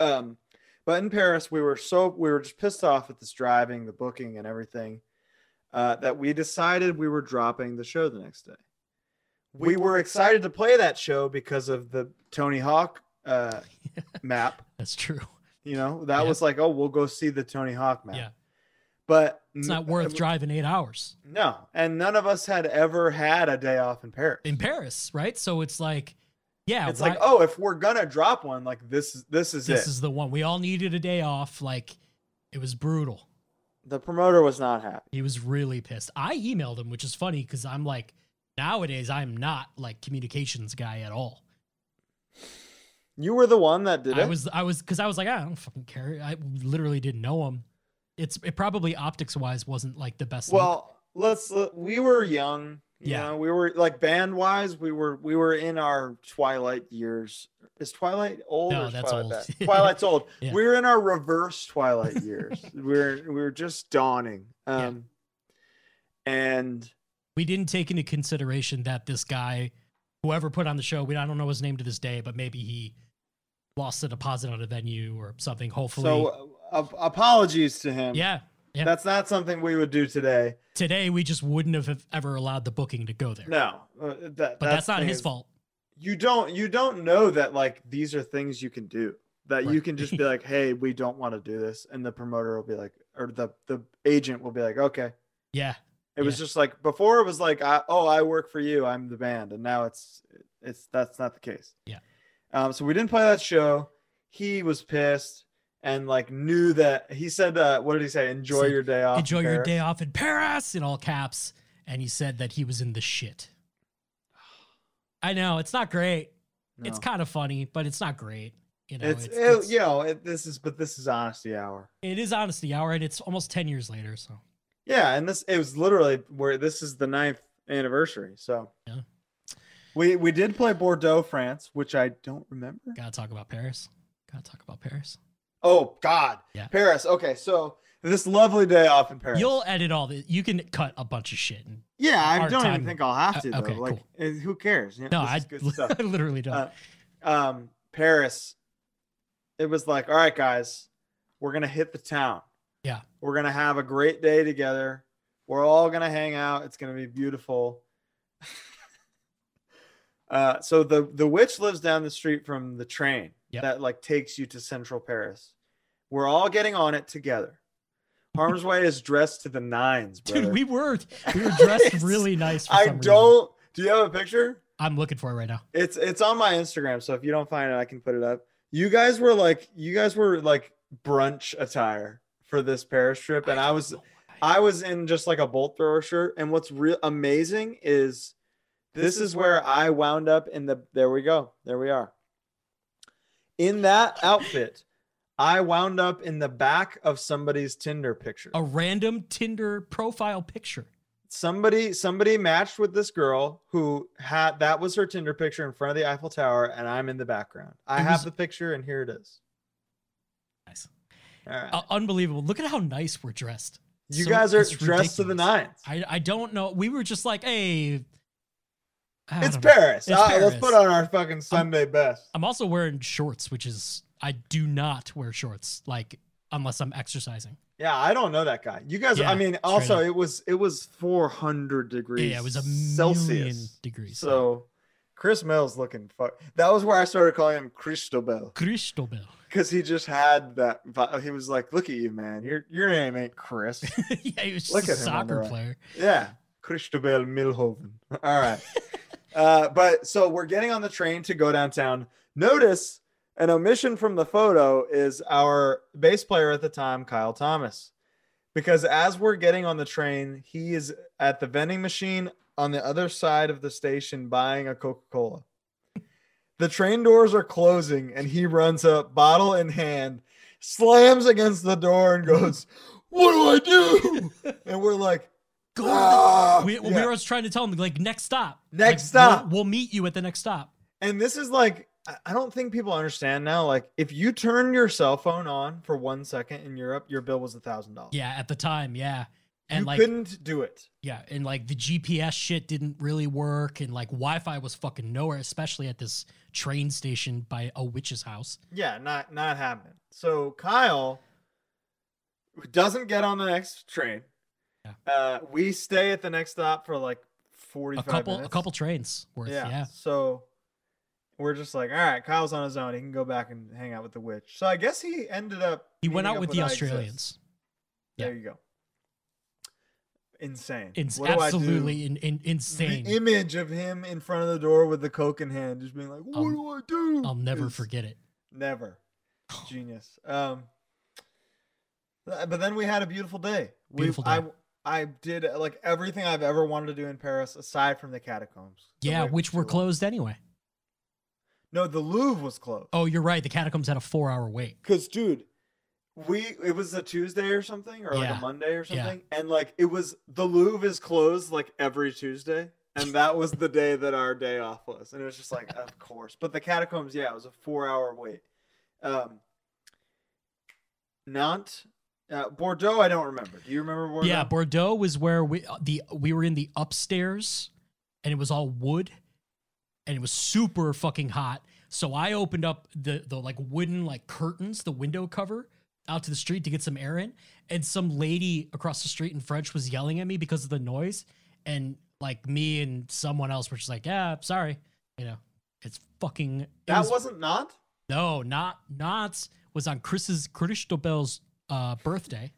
Speaker 2: Um, but in Paris we were so we were just pissed off at this driving, the booking, and everything uh, that we decided we were dropping the show the next day. We were excited to play that show because of the Tony Hawk
Speaker 3: [laughs]
Speaker 2: uh, map.
Speaker 3: That's true.
Speaker 2: You know that
Speaker 3: Yeah.
Speaker 2: was like, oh, we'll go see the Tony Hawk map.
Speaker 3: Yeah.
Speaker 2: But
Speaker 3: It's not worth driving eight hours
Speaker 2: no, and none of us had ever had a day off in Paris.
Speaker 3: in Paris, right? So it's like, yeah,
Speaker 2: it's
Speaker 3: why-
Speaker 2: like, oh, if we're gonna drop one, like this is this is
Speaker 3: this
Speaker 2: it.
Speaker 3: is the one we all needed a day off. Like, it was brutal.
Speaker 2: the promoter was not happy.
Speaker 3: He was really pissed. I emailed him, which is funny because I'm like, nowadays I'm not like communications guy at all.
Speaker 2: You were the one that did
Speaker 3: I
Speaker 2: it.
Speaker 3: was I was because I was like "Ah, I don't fucking care. I literally didn't know him. It's it probably optics wise wasn't like the best. look.
Speaker 2: well, let's. let- We were young. You
Speaker 3: Yeah.
Speaker 2: know, we were like band wise. We were we were in our twilight years. Is Twilight old?
Speaker 3: No,
Speaker 2: or
Speaker 3: that's
Speaker 2: Twilight
Speaker 3: old. [laughs]
Speaker 2: bad? Twilight's old.
Speaker 3: Yeah.
Speaker 2: We were in our reverse Twilight
Speaker 3: [laughs]
Speaker 2: years. we we're we we're just dawning.
Speaker 3: Yeah.
Speaker 2: Um, and
Speaker 3: we didn't take into consideration that this guy, whoever put on the show, we I don't know his name to this day, but maybe he lost a deposit on a venue or something. Hopefully,
Speaker 2: so um, uh, ap- apologies to him.
Speaker 3: yeah. Yeah.
Speaker 2: That's not something we would do today.
Speaker 3: Today we just wouldn't have ever allowed the booking to go there.
Speaker 2: No, uh, that,
Speaker 3: but that's, not his fault.
Speaker 2: You don't you don't know that like these are things you can do that you
Speaker 3: Right.
Speaker 2: can
Speaker 3: [laughs]
Speaker 2: just be like, hey, we don't want to do this, and the promoter will be like, or the the agent will be like, okay. It
Speaker 3: Yeah,
Speaker 2: was just like before it was like, I, oh, I work for you, I'm the band, and now it's it's that's not the case.
Speaker 3: Yeah.
Speaker 2: Um, so we didn't play that show. He was pissed and like knew that he said, uh, what did he say? Enjoy
Speaker 3: Said,
Speaker 2: your day off.
Speaker 3: enjoy your
Speaker 2: Barrett."
Speaker 3: day off in Paris in all caps. And he said that he was in the shit. [sighs] I know it's not great. It's
Speaker 2: No.
Speaker 3: kind of funny, but it's not great. You know,
Speaker 2: it's, eh,
Speaker 3: it's,
Speaker 2: it-
Speaker 3: it's-
Speaker 2: you know it, this is but this is honesty hour
Speaker 3: it is honesty hour, and it's almost ten years later. So
Speaker 2: yeah and this it was literally where this is the ninth anniversary so
Speaker 3: Yeah.
Speaker 2: we we did play bordeaux france which i don't remember
Speaker 3: gotta talk about Paris. Gotta talk about Paris.
Speaker 2: oh god
Speaker 3: Yeah.
Speaker 2: paris okay so this lovely day off in paris
Speaker 3: You'll edit all the. You can cut a bunch of shit. And,
Speaker 2: yeah i
Speaker 3: our
Speaker 2: don't even
Speaker 3: time-
Speaker 2: think i'll have
Speaker 3: Uh,
Speaker 2: to though.
Speaker 3: okay,
Speaker 2: like eh, who cares You know,
Speaker 3: no,
Speaker 2: this
Speaker 3: I,
Speaker 2: is
Speaker 3: [laughs]
Speaker 2: good stuff.
Speaker 3: I literally don't.
Speaker 2: Uh, um paris it was like all right guys We're gonna hit the town.
Speaker 3: Yeah.
Speaker 2: We're gonna have a great day together. We're all gonna hang out. It's gonna be beautiful. [laughs] uh, so the the witch lives down the street from the train
Speaker 3: Yep.
Speaker 2: that like takes you to central Paris. We're all getting on it together. Harm's Way is dressed to the nines, brother.
Speaker 3: [laughs] Dude, we were we were dressed
Speaker 2: [laughs] It's-
Speaker 3: really nice. For
Speaker 2: I
Speaker 3: some Reason.
Speaker 2: don't. Do you have a picture?
Speaker 3: I'm looking for it right now.
Speaker 2: It's it's on my Instagram, so if you don't find it, I can put it up. You guys were like you guys were like brunch attire for this Paris trip, and I,
Speaker 3: don't
Speaker 2: was
Speaker 3: know why.
Speaker 2: I was in just like a bolt thrower shirt. And what's real amazing is this is where I wound up in the there we go. There we are. In that outfit, I wound up in the back of somebody's Tinder picture.
Speaker 3: a random Tinder profile picture.
Speaker 2: somebody somebody matched with this girl who had that was her Tinder picture in front of the Eiffel Tower, and I'm in the background. I
Speaker 3: It
Speaker 2: have
Speaker 3: was-
Speaker 2: the picture, and here it is.
Speaker 3: Nice.
Speaker 2: All right,
Speaker 3: Uh, unbelievable. Look at how nice we're dressed.
Speaker 2: you
Speaker 3: so-
Speaker 2: guys are
Speaker 3: it's
Speaker 2: dressed to the
Speaker 3: ridiculous.
Speaker 2: nines.
Speaker 3: I, I don't know. We were just like, hey, I
Speaker 2: It's
Speaker 3: don't know.
Speaker 2: Paris.
Speaker 3: It's
Speaker 2: All right, let's
Speaker 3: Paris.
Speaker 2: put on our fucking Sunday best.
Speaker 3: I'm also wearing shorts, which is I do not wear shorts like unless I'm exercising.
Speaker 2: Yeah, I don't know that guy. You guys,
Speaker 3: Yeah,
Speaker 2: I mean, also it was it was 400 degrees.
Speaker 3: yeah, it was a million
Speaker 2: Celsius.
Speaker 3: degrees.
Speaker 2: So, Chris Mills looking fuck. That was where I started calling him Christobel.
Speaker 3: Christobel.
Speaker 2: because he just had that. vi- He was like, "Look at you, man. Your your name ain't Chris."
Speaker 3: [laughs] yeah, he was just
Speaker 2: Look
Speaker 3: a
Speaker 2: at him on the
Speaker 3: soccer
Speaker 2: right.
Speaker 3: player.
Speaker 2: [laughs] yeah, Christobel Milhoven. [laughs] All right. uh, but so we're getting on the train to go downtown. Notice an omission from the photo is our bass player at the time, Kyle Thomas, because as we're getting on the train, he is at the vending machine on the other side of the station buying a Coca Cola. The train doors are closing, and he runs up, bottle in hand, slams against the door, and goes, What do I
Speaker 3: [laughs]
Speaker 2: do? And we're like,
Speaker 3: Go over the-
Speaker 2: "Ah!"
Speaker 3: we, we
Speaker 2: Yeah.
Speaker 3: were always trying to tell him like next stop.
Speaker 2: Next
Speaker 3: Like,
Speaker 2: stop.
Speaker 3: We'll, we'll meet you at the next stop.
Speaker 2: And this is like, I- I don't think people understand now. Like, if you turn your cell phone on for one second in Europe, your bill was a thousand dollars.
Speaker 3: Yeah, at the time, yeah. And
Speaker 2: you
Speaker 3: like
Speaker 2: couldn't do it.
Speaker 3: Yeah, and like the GPS shit didn't really work, and like Wi-Fi was fucking nowhere, especially at this train station by a witch's house.
Speaker 2: Yeah, not not happening. So Kyle doesn't get on the next train.
Speaker 3: Yeah.
Speaker 2: Uh, we stay at the next stop for like
Speaker 3: A
Speaker 2: forty-five
Speaker 3: couple,
Speaker 2: minutes.
Speaker 3: a couple trains worth. Yeah,
Speaker 2: So we're just like, all right, Kyle's on his own. He can go back and hang out with the witch. So I guess he ended up.
Speaker 3: he went
Speaker 2: meeting
Speaker 3: out
Speaker 2: up
Speaker 3: with the
Speaker 2: I Exist.
Speaker 3: Australians. Yeah.
Speaker 2: There you go. Insane.
Speaker 3: It's
Speaker 2: What do I do?
Speaker 3: absolutely in, in, insane.
Speaker 2: The image of him in front of the door with the coke in hand, just being like, "What
Speaker 3: Um,
Speaker 2: do I do?"
Speaker 3: I'll never
Speaker 2: is
Speaker 3: forget it. [sighs]
Speaker 2: Never. Genius. Um. th- But then we had a beautiful day. We,
Speaker 3: Beautiful day.
Speaker 2: I, I did uh, like everything I've ever wanted to do in Paris, aside from the catacombs. The
Speaker 3: Yeah,
Speaker 2: Louvre
Speaker 3: which
Speaker 2: was
Speaker 3: were
Speaker 2: too long.
Speaker 3: closed anyway.
Speaker 2: No, the Louvre was closed.
Speaker 3: Oh, you're right. The catacombs had a four-hour wait.
Speaker 2: Cause, dude, we it was a Tuesday or something, or like
Speaker 3: Yeah.
Speaker 2: a Monday or
Speaker 3: Yeah.
Speaker 2: something, and like it was the Louvre is closed like every Tuesday, and that was the day that our day off was, and it was just like, of course. But the catacombs, yeah, it was a four-hour wait. Um, Nantes, uh, Bordeaux, I don't remember. Do you remember Bordeaux?
Speaker 3: Yeah, Bordeaux was where we uh, the we were in the upstairs, and it was all wood, and it was super fucking hot. So I opened up the the like wooden like curtains, the window cover, out to the street to get some air in, and some lady across the street in French was yelling at me because of the noise, and like me and someone else were just like, "Yeah, sorry," you know, it's fucking. it
Speaker 2: that
Speaker 3: was-
Speaker 2: was, not Nantes.
Speaker 3: no, not not was on Chris's Christobel's uh, birthday.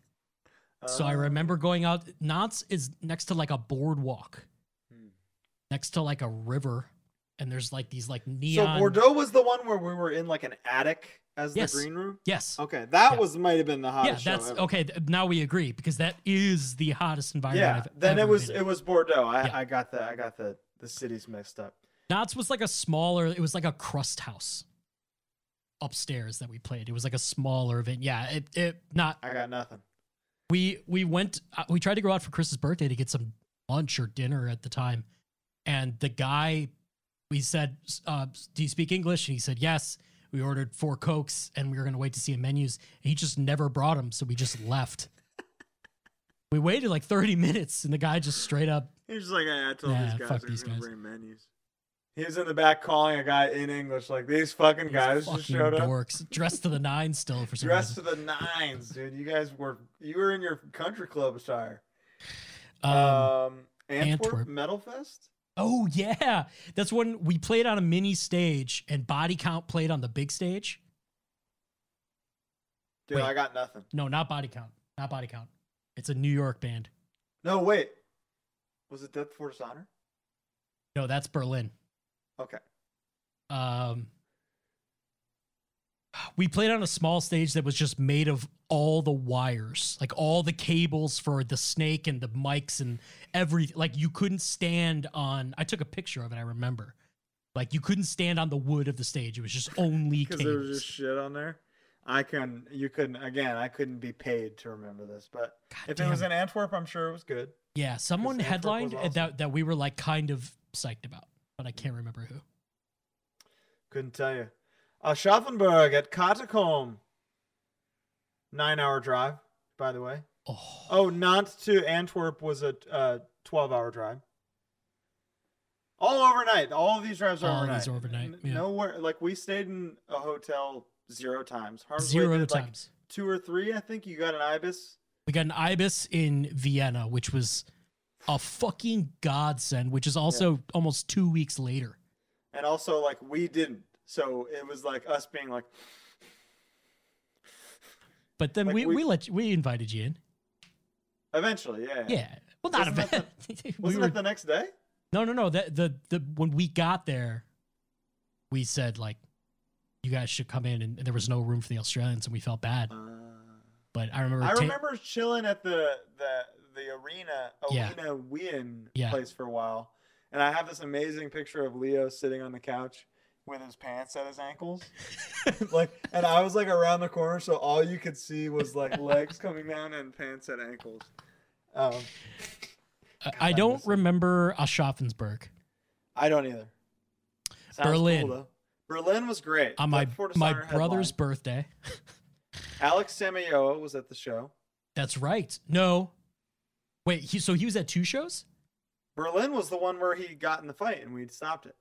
Speaker 3: So I
Speaker 2: Oh.
Speaker 3: remember going out. Knott's is next to like a boardwalk,
Speaker 2: Hmm.
Speaker 3: next to like a river, and there's like these like
Speaker 2: So
Speaker 3: neon.
Speaker 2: Bordeaux was the one where we were in like an attic as
Speaker 3: Yes.
Speaker 2: the green room.
Speaker 3: Yes.
Speaker 2: Okay, that
Speaker 3: Yeah.
Speaker 2: was might have been the
Speaker 3: yeah,
Speaker 2: hottest. Oh, show
Speaker 3: that's
Speaker 2: ever.
Speaker 3: okay. th- Now we agree because that is the hottest environment.
Speaker 2: Yeah,
Speaker 3: I've
Speaker 2: then it
Speaker 3: ever
Speaker 2: was
Speaker 3: been
Speaker 2: it
Speaker 3: in.
Speaker 2: was Bordeaux. I,
Speaker 3: Yeah.
Speaker 2: I got the I got the the cities mixed up.
Speaker 3: Knott's was like a smaller. It was like a crust house upstairs that we played. It was like a smaller event. Yeah, it it not
Speaker 2: I got nothing.
Speaker 3: we we went uh, we tried to go out for chris's birthday to get some lunch or dinner at the time and the guy we said uh, do you speak english and he said yes we ordered four cokes and we were going to wait to see him menus he just never brought them so we just left [laughs] we waited like 30 minutes and the guy just straight up
Speaker 2: He's just like I, I
Speaker 3: told these Yeah, guys fuck they're these gonna guys.
Speaker 2: bring menus. He was in the back calling a guy in English, like these fucking
Speaker 3: These
Speaker 2: guys
Speaker 3: fucking
Speaker 2: just showed up.
Speaker 3: dorks, dressed to the nines still for some
Speaker 2: Dressed to
Speaker 3: reason.
Speaker 2: the nines, dude. You guys were you were in your country club attire.
Speaker 3: Um,
Speaker 2: um, Antwerp,
Speaker 3: Antwerp.
Speaker 2: Metal Fest.
Speaker 3: oh yeah, that's when we played on a mini stage and Body Count played on the big stage.
Speaker 2: Dude,
Speaker 3: Wait.
Speaker 2: I got nothing.
Speaker 3: No, not Body Count, not Body Count. It's a New York band.
Speaker 2: No, wait. Was it Death Before Dishonor?
Speaker 3: No, that's Berlin.
Speaker 2: Okay.
Speaker 3: um we played on a small stage that was just made of all the wires like all the cables for the snake and the mics and everything like you couldn't stand on i took a picture of it i remember like you couldn't stand on the wood of the stage it was just
Speaker 2: [laughs]
Speaker 3: only
Speaker 2: Because there was
Speaker 3: cables
Speaker 2: just shit on there. I couldn't. You couldn't. Again, I couldn't be paid to remember this. But
Speaker 3: God
Speaker 2: if it
Speaker 3: damn
Speaker 2: was
Speaker 3: it.
Speaker 2: in Antwerp, I'm sure it was good.
Speaker 3: yeah someone
Speaker 2: Antwerp was
Speaker 3: headlined
Speaker 2: awesome.
Speaker 3: that that we were like kind of psyched about but i can't remember who
Speaker 2: Couldn't tell you. Uh, Schaffenburg at Katakomb. Nine-hour drive, by the way.
Speaker 3: oh,
Speaker 2: Oh, Nantes to Antwerp was a uh, 12 hour drive. All overnight. All of these drives are
Speaker 3: All
Speaker 2: overnight.
Speaker 3: these are overnight,
Speaker 2: N-
Speaker 3: yeah.
Speaker 2: Nowhere. Like, we stayed in a hotel zero times. Harm's Way
Speaker 3: zero
Speaker 2: did, like,
Speaker 3: times
Speaker 2: two or three, I think. You got an Ibis.
Speaker 3: We got an ibis in Vienna, which was a fucking godsend, which is also almost two weeks later.
Speaker 2: And also, like, we didn't. So it was like us being like,
Speaker 3: But then
Speaker 2: Like,
Speaker 3: we,
Speaker 2: we-
Speaker 3: we, let you, we invited you in.
Speaker 2: eventually, yeah.
Speaker 3: Yeah. Well, not a
Speaker 2: Wasn't
Speaker 3: bad. [laughs]
Speaker 2: that
Speaker 3: we
Speaker 2: Wasn't
Speaker 3: were,
Speaker 2: it the next day?
Speaker 3: no, no, no. That the, the when we got there, we said like, you guys should come in, and there was no room for the Australians, and we felt bad.
Speaker 2: Uh,
Speaker 3: But I remember.
Speaker 2: I
Speaker 3: ta-
Speaker 2: remember chilling at the the the arena
Speaker 3: Yeah.
Speaker 2: arena win
Speaker 3: Yeah.
Speaker 2: place for a while, and I have this amazing picture of Leo sitting on the couch with his pants at his
Speaker 3: [laughs]
Speaker 2: ankles, like, and I was like around the corner, so all you could see was
Speaker 3: [laughs]
Speaker 2: like legs coming down and pants at ankles. Um,
Speaker 3: I-
Speaker 2: I
Speaker 3: uh, I don't
Speaker 2: miss it.
Speaker 3: remember Aschaffensburg.
Speaker 2: I don't either. Sounds cool,
Speaker 3: Berlin.
Speaker 2: though. Berlin was great.
Speaker 3: On my
Speaker 2: Death Before
Speaker 3: my
Speaker 2: Dishonor
Speaker 3: brother's
Speaker 2: headline.
Speaker 3: birthday.
Speaker 2: Alex Samayoa was at the show.
Speaker 3: That's right. No, wait. He, so he was at two shows.
Speaker 2: Berlin was the one where he got in the fight and we stopped it.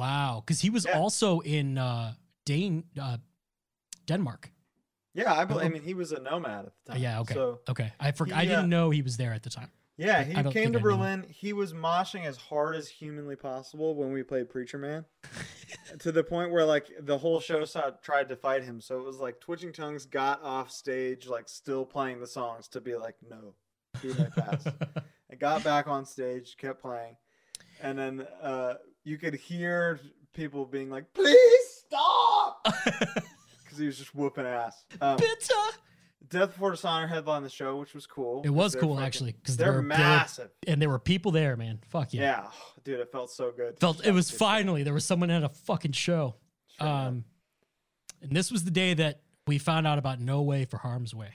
Speaker 3: Wow, because he was
Speaker 2: Yeah.
Speaker 3: also in uh, Dane, uh, Denmark.
Speaker 2: Yeah, I, bel I
Speaker 3: Oh.
Speaker 2: mean he was a nomad at the
Speaker 3: Uh,
Speaker 2: time.
Speaker 3: yeah, okay,
Speaker 2: So
Speaker 3: okay. I forgot. I
Speaker 2: he, uh,
Speaker 3: didn't know he was there at the time.
Speaker 2: yeah,
Speaker 3: I
Speaker 2: he
Speaker 3: don't
Speaker 2: came
Speaker 3: think
Speaker 2: to
Speaker 3: I knew.
Speaker 2: Berlin. He was moshing as hard as humanly possible when we played Preacher
Speaker 3: [laughs]
Speaker 2: Man, to the point where like the whole show saw, tried to fight him. So it was like Twitching Tongues got off stage, like still playing the songs to be like, no, be my
Speaker 3: [laughs]
Speaker 2: pass. I got back on stage, kept playing, and then uh, you could hear people being like, please
Speaker 3: [laughs]
Speaker 2: stop, [laughs] because he was just whooping ass. Um,
Speaker 3: Bitter.
Speaker 2: Death Before Dishonor headlined the show, which was cool.
Speaker 3: It
Speaker 2: 'cause
Speaker 3: was
Speaker 2: they're
Speaker 3: cool
Speaker 2: fucking-
Speaker 3: actually, because
Speaker 2: They're
Speaker 3: there were, there were-
Speaker 2: massive.
Speaker 3: and there were people there, man. Fuck yeah.
Speaker 2: yeah. Oh, dude, it felt so good. to
Speaker 3: Felt
Speaker 2: shout
Speaker 3: it was
Speaker 2: this shit.
Speaker 3: finally there was someone at a fucking show.
Speaker 2: Sure enough.
Speaker 3: um, and this was the day that we found out about No Way for Harm's Way.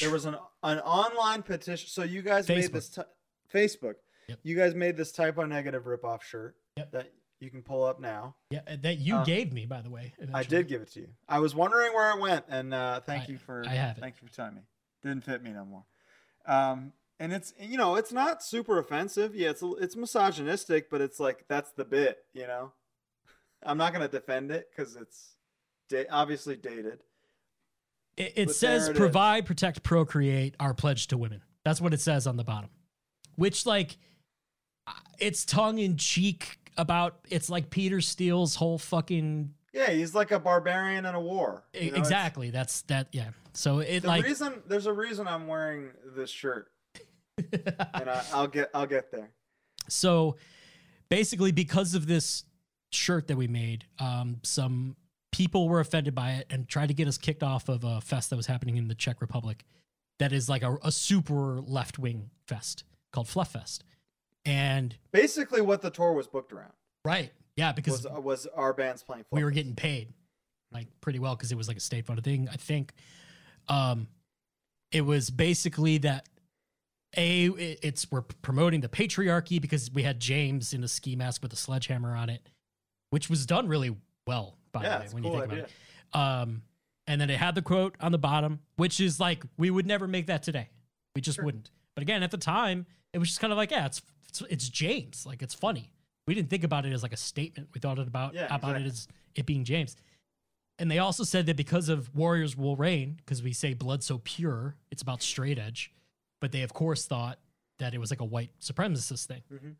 Speaker 2: there was an an online petition. So you guys made
Speaker 3: Facebook.
Speaker 2: this ti- Facebook.
Speaker 3: Yep.
Speaker 2: You guys made this typo negative ripoff shirt
Speaker 3: Yep.
Speaker 2: that you can pull up now.
Speaker 3: Yeah, that you
Speaker 2: Uh,
Speaker 3: gave me, by the way.
Speaker 2: I
Speaker 3: eventually.
Speaker 2: did give it to you. I was wondering where it went, and uh, thank
Speaker 3: I-
Speaker 2: you for
Speaker 3: I have it.
Speaker 2: thank you for telling me. Didn't fit me no more. Um, and it's you know it's not super offensive. Yeah, it's a- it's misogynistic, but it's like that's the bit. You know, I'm not gonna defend it because it's da- obviously dated.
Speaker 3: It,
Speaker 2: But
Speaker 3: it says
Speaker 2: there it is.
Speaker 3: provide, protect, procreate our pledge to women. That's what it says on the bottom, which like I- it's tongue in cheek about it's like Peter Steele's whole fucking
Speaker 2: Yeah, he's like a barbarian in a war. you know, it's-
Speaker 3: exactly. That's that. Yeah. So it
Speaker 2: The
Speaker 3: E, like
Speaker 2: reason there's a reason I'm wearing this shirt,
Speaker 3: [laughs]
Speaker 2: and I, I'll get I'll get there.
Speaker 3: so basically because of this shirt that we made, um, some people were offended by it and tried to get us kicked off of a fest that was happening in the Czech Republic. That is like a, a super left wing fest called Fluff Fest, and
Speaker 2: Basically, what the tour was booked
Speaker 3: [laughs]
Speaker 2: around
Speaker 3: Right. Yeah, because
Speaker 2: was uh, was our bands playing.
Speaker 3: we were
Speaker 2: Focus.
Speaker 3: getting paid like pretty well because it was like a state funded thing, I think. Um it was basically that a it- it's we're promoting the patriarchy because we had James in a ski mask with a sledgehammer on it, which was done really well by
Speaker 2: yeah,
Speaker 3: the way
Speaker 2: it's a
Speaker 3: when
Speaker 2: cool
Speaker 3: you think
Speaker 2: idea.
Speaker 3: about it. Um and then it had the quote on the bottom, which is like we would never make that today. We just
Speaker 2: Sure.
Speaker 3: wouldn't. But again, at the time, it was just kind of like, yeah, it's it's, it's James. Like it's funny. We didn't think about it as like a statement. We thought it about
Speaker 2: Yeah,
Speaker 3: about
Speaker 2: exactly.
Speaker 3: it as it being James. And they also said that because of Warriors Will Reign, because we say blood so pure, it's about straight edge. But they of course thought that it was like a white supremacist thing.
Speaker 2: Mhm.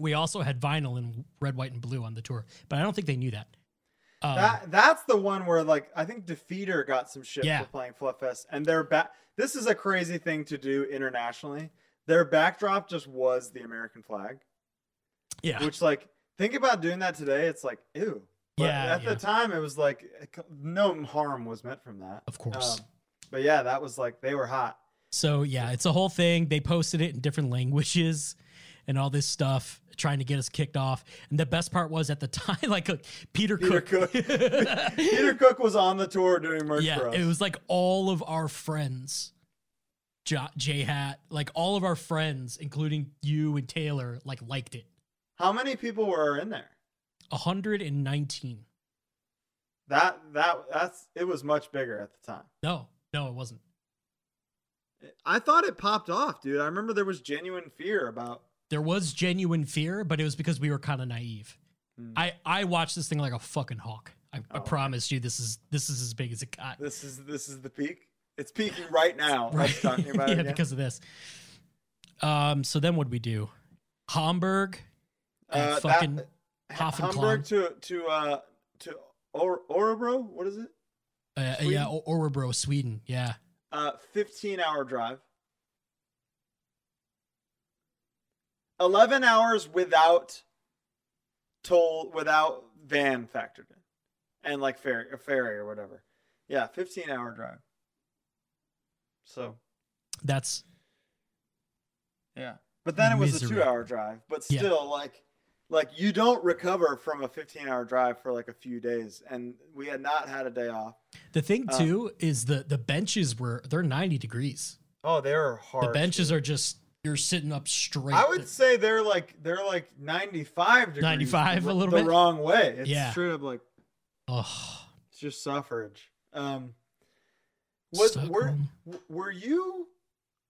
Speaker 3: We also had vinyl in red, white, and blue on the tour, but I don't think they knew that. Um,
Speaker 2: That that's the one where like I think Defeater got some shit
Speaker 3: Yeah.
Speaker 2: for playing Flufffest, and their back. This is a crazy thing to do internationally. Their backdrop just was the American flag,
Speaker 3: yeah,
Speaker 2: which like think about doing that today. It's like ew. But
Speaker 3: Yeah,
Speaker 2: At
Speaker 3: yeah.
Speaker 2: the time, it was like no harm was meant from that.
Speaker 3: of course.
Speaker 2: Um, but yeah, that was like they were
Speaker 3: [laughs]
Speaker 2: hot.
Speaker 3: So yeah, it's a whole thing. They posted it in different languages and all this stuff, trying to get us kicked off. And the best part was at the [laughs] time, like uh, Peter,
Speaker 2: Peter
Speaker 3: Cook.
Speaker 2: Cook. [laughs] Peter Cook was on the tour doing merch
Speaker 3: yeah,
Speaker 2: for us.
Speaker 3: it was like all of our friends, J, J Hat, like all of our friends, including you and Taylor, like liked it.
Speaker 2: How many people were in there?
Speaker 3: 119.
Speaker 2: That that that's it was much bigger at the time.
Speaker 3: No, no, it wasn't.
Speaker 2: I thought it popped off, dude. I remember there was genuine fear about.
Speaker 3: There was genuine fear, but it was because we were kind of naive.
Speaker 2: Hmm.
Speaker 3: I I watched this thing like a fucking hawk. I,
Speaker 2: Oh,
Speaker 3: I
Speaker 2: okay.
Speaker 3: promise you, this is this is as big as it got.
Speaker 2: This is this is the peak. It's peaking right
Speaker 3: [laughs]
Speaker 2: now. Right.
Speaker 3: Right.
Speaker 2: Us talking about
Speaker 3: yeah,
Speaker 2: it. Again.
Speaker 3: because of this. Um, so then what we do? Hamburg. and
Speaker 2: uh,
Speaker 3: fucking
Speaker 2: that,
Speaker 3: Hoff and
Speaker 2: Hamburg to to uh to or- Orebro. What is it?
Speaker 3: Uh,
Speaker 2: Sweden?
Speaker 3: yeah, o- Orebro, Sweden. Yeah.
Speaker 2: Uh, fifteen hour drive. Eleven hours without toll, without van factored in, and like ferry, a ferry or whatever. Yeah, fifteen hour drive. So
Speaker 3: That's
Speaker 2: Yeah. But then it was a
Speaker 3: Misery.
Speaker 2: two hour drive. But
Speaker 3: Yeah.
Speaker 2: still, like like you don't recover from a fifteen hour drive for like a few days. And we had not had a day off.
Speaker 3: the thing
Speaker 2: Uh,
Speaker 3: too, is the the benches were they're 90 degrees.
Speaker 2: Oh, they were hard.
Speaker 3: The benches are just you're sitting up straight.
Speaker 2: I would say they're like they're like ninety five degrees.
Speaker 3: 95
Speaker 2: the,
Speaker 3: a little
Speaker 2: the
Speaker 3: bit?
Speaker 2: wrong way. It's
Speaker 3: Yeah.
Speaker 2: straight up like
Speaker 3: oh,
Speaker 2: it's just suffrage. Um was were,
Speaker 3: Stockholm.
Speaker 2: were you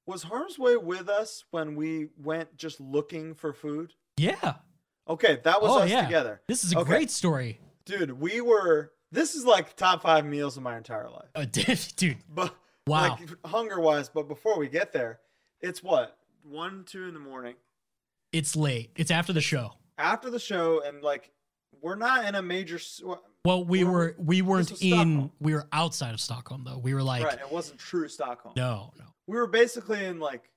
Speaker 2: was Harm's Way with us when we went just looking for food?
Speaker 3: yeah.
Speaker 2: Okay, that was
Speaker 3: Oh,
Speaker 2: us
Speaker 3: yeah.
Speaker 2: together.
Speaker 3: This is a
Speaker 2: Okay.
Speaker 3: great story.
Speaker 2: dude we were this is like top five meals of my entire life
Speaker 3: Uh, [laughs] dude,
Speaker 2: but
Speaker 3: wow.
Speaker 2: like hunger wise but before we get there it's what one two in the morning
Speaker 3: it's late. It's after the show.
Speaker 2: after the show and like we're not in a major s- w-
Speaker 3: Well, we
Speaker 2: Where
Speaker 3: were we weren't
Speaker 2: was
Speaker 3: in
Speaker 2: Stockholm.
Speaker 3: we were outside of Stockholm though. We were like
Speaker 2: right it wasn't true stockholm
Speaker 3: no, no.
Speaker 2: we were basically in like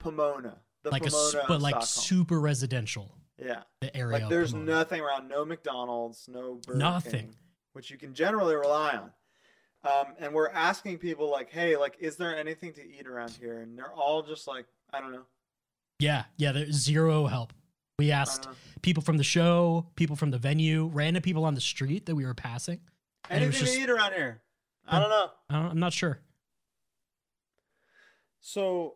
Speaker 2: pomona the
Speaker 3: like a
Speaker 2: pomona
Speaker 3: s-
Speaker 2: of
Speaker 3: but like
Speaker 2: Stockholm.
Speaker 3: super residential.
Speaker 2: yeah
Speaker 3: the area.
Speaker 2: like
Speaker 3: of
Speaker 2: there's
Speaker 3: Pomona.
Speaker 2: nothing around no mcdonald's no Burger
Speaker 3: Nothing.
Speaker 2: King, which you can generally rely on um, and we're asking people like hey like is there anything to eat around here and they're all just like i don't know
Speaker 3: Yeah, yeah. There's zero help. We
Speaker 2: I
Speaker 3: asked
Speaker 2: don't know.
Speaker 3: people from the show, people from the venue, random people on the street that we were passing. and it was
Speaker 2: anything
Speaker 3: just-
Speaker 2: to eat around here i
Speaker 3: Hmm.
Speaker 2: don't know
Speaker 3: I don't, I'm not sure.
Speaker 2: so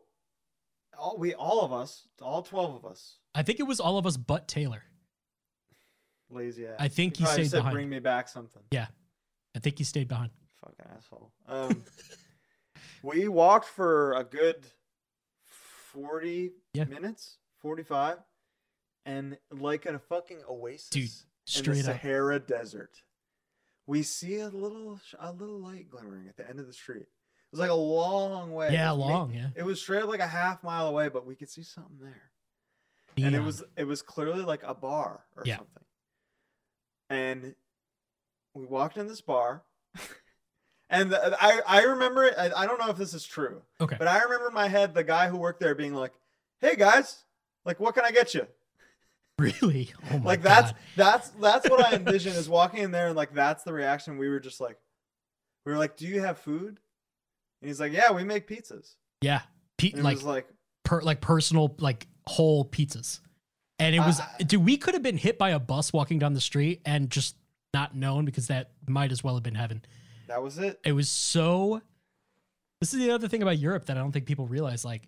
Speaker 2: all we all of us all 12 of us
Speaker 3: I think it was all of us but Taylor.
Speaker 2: lazy ass
Speaker 3: I think he
Speaker 2: probably
Speaker 3: stayed
Speaker 2: said
Speaker 3: behind.
Speaker 2: bring me back something
Speaker 3: I think he stayed behind.
Speaker 2: fucking asshole um [laughs] we walked for a good 40
Speaker 3: Yeah.
Speaker 2: minutes 45 and like in a fucking oasis
Speaker 3: Dude,
Speaker 2: in
Speaker 3: Straight
Speaker 2: the
Speaker 3: up.
Speaker 2: Sahara Desert. We see a little sh- a little light glimmering at the end of the street. It was like a long way.
Speaker 3: Yeah,
Speaker 2: It was ma-
Speaker 3: long. Yeah.
Speaker 2: It was straight up like a half mile away, but we could see something there. And it
Speaker 3: Neon.
Speaker 2: was it was clearly like a bar or
Speaker 3: Yeah.
Speaker 2: something. And we walked in this bar. [laughs] and the, I I remember it. I, I don't know if this is true,
Speaker 3: okay.
Speaker 2: but I remember in my head the guy who worked there being like, "Hey guys, like what can I get you?"
Speaker 3: [laughs] Really? Oh my
Speaker 2: like
Speaker 3: God.
Speaker 2: that's that's that's what I envision
Speaker 3: [laughs]
Speaker 2: is walking in there and like that's the reaction. We were just like, we were like, "Do you have food?" And he's like, "Yeah, we make pizzas."
Speaker 3: yeah. Pe-
Speaker 2: And it
Speaker 3: like
Speaker 2: was like,
Speaker 3: per, like personal like whole pizzas, and it was
Speaker 2: Uh, I-
Speaker 3: dude. We could have been hit by a bus walking down the street and just not known because that might as well have been heaven.
Speaker 2: "That was it."
Speaker 3: it was so this is the other thing about europe that i don't think people realize like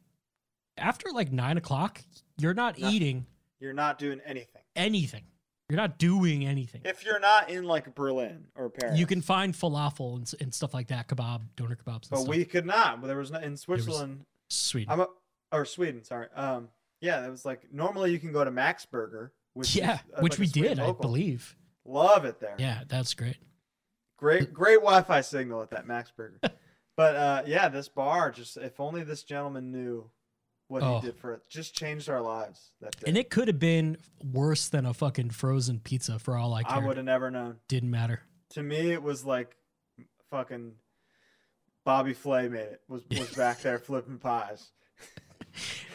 Speaker 3: after like nine o'clock you're not
Speaker 2: Nothing.
Speaker 3: eating
Speaker 2: You're not doing anything
Speaker 3: anything you're not doing anything
Speaker 2: if you're not in like Berlin or Paris.
Speaker 3: you can find falafel and, s- and stuff like that kebab doner kebabs and
Speaker 2: but
Speaker 3: stuff
Speaker 2: we could not. There was not in Switzerland.
Speaker 3: sweet
Speaker 2: I'm a, or Sweden. Sorry. Um, Yeah, that was like normally you can go to Max Burger, which
Speaker 3: yeah,
Speaker 2: is, uh, like
Speaker 3: which
Speaker 2: a
Speaker 3: we
Speaker 2: sweet
Speaker 3: did, I
Speaker 2: local.
Speaker 3: believe.
Speaker 2: Love it there.
Speaker 3: Yeah, that's great.
Speaker 2: Great, great Wi-Fi signal at that Max
Speaker 3: [laughs]
Speaker 2: Burger. but uh, yeah, this bar just—if only this gentleman knew what
Speaker 3: Oh.
Speaker 2: he did for it. Just changed our lives that day.
Speaker 3: And it could have been worse than a fucking frozen pizza for all I
Speaker 2: I
Speaker 3: care.
Speaker 2: would have never known.
Speaker 3: Didn't matter.
Speaker 2: To me, it was like fucking Bobby Flay made it. Was was back
Speaker 3: [laughs]
Speaker 2: there flipping pies.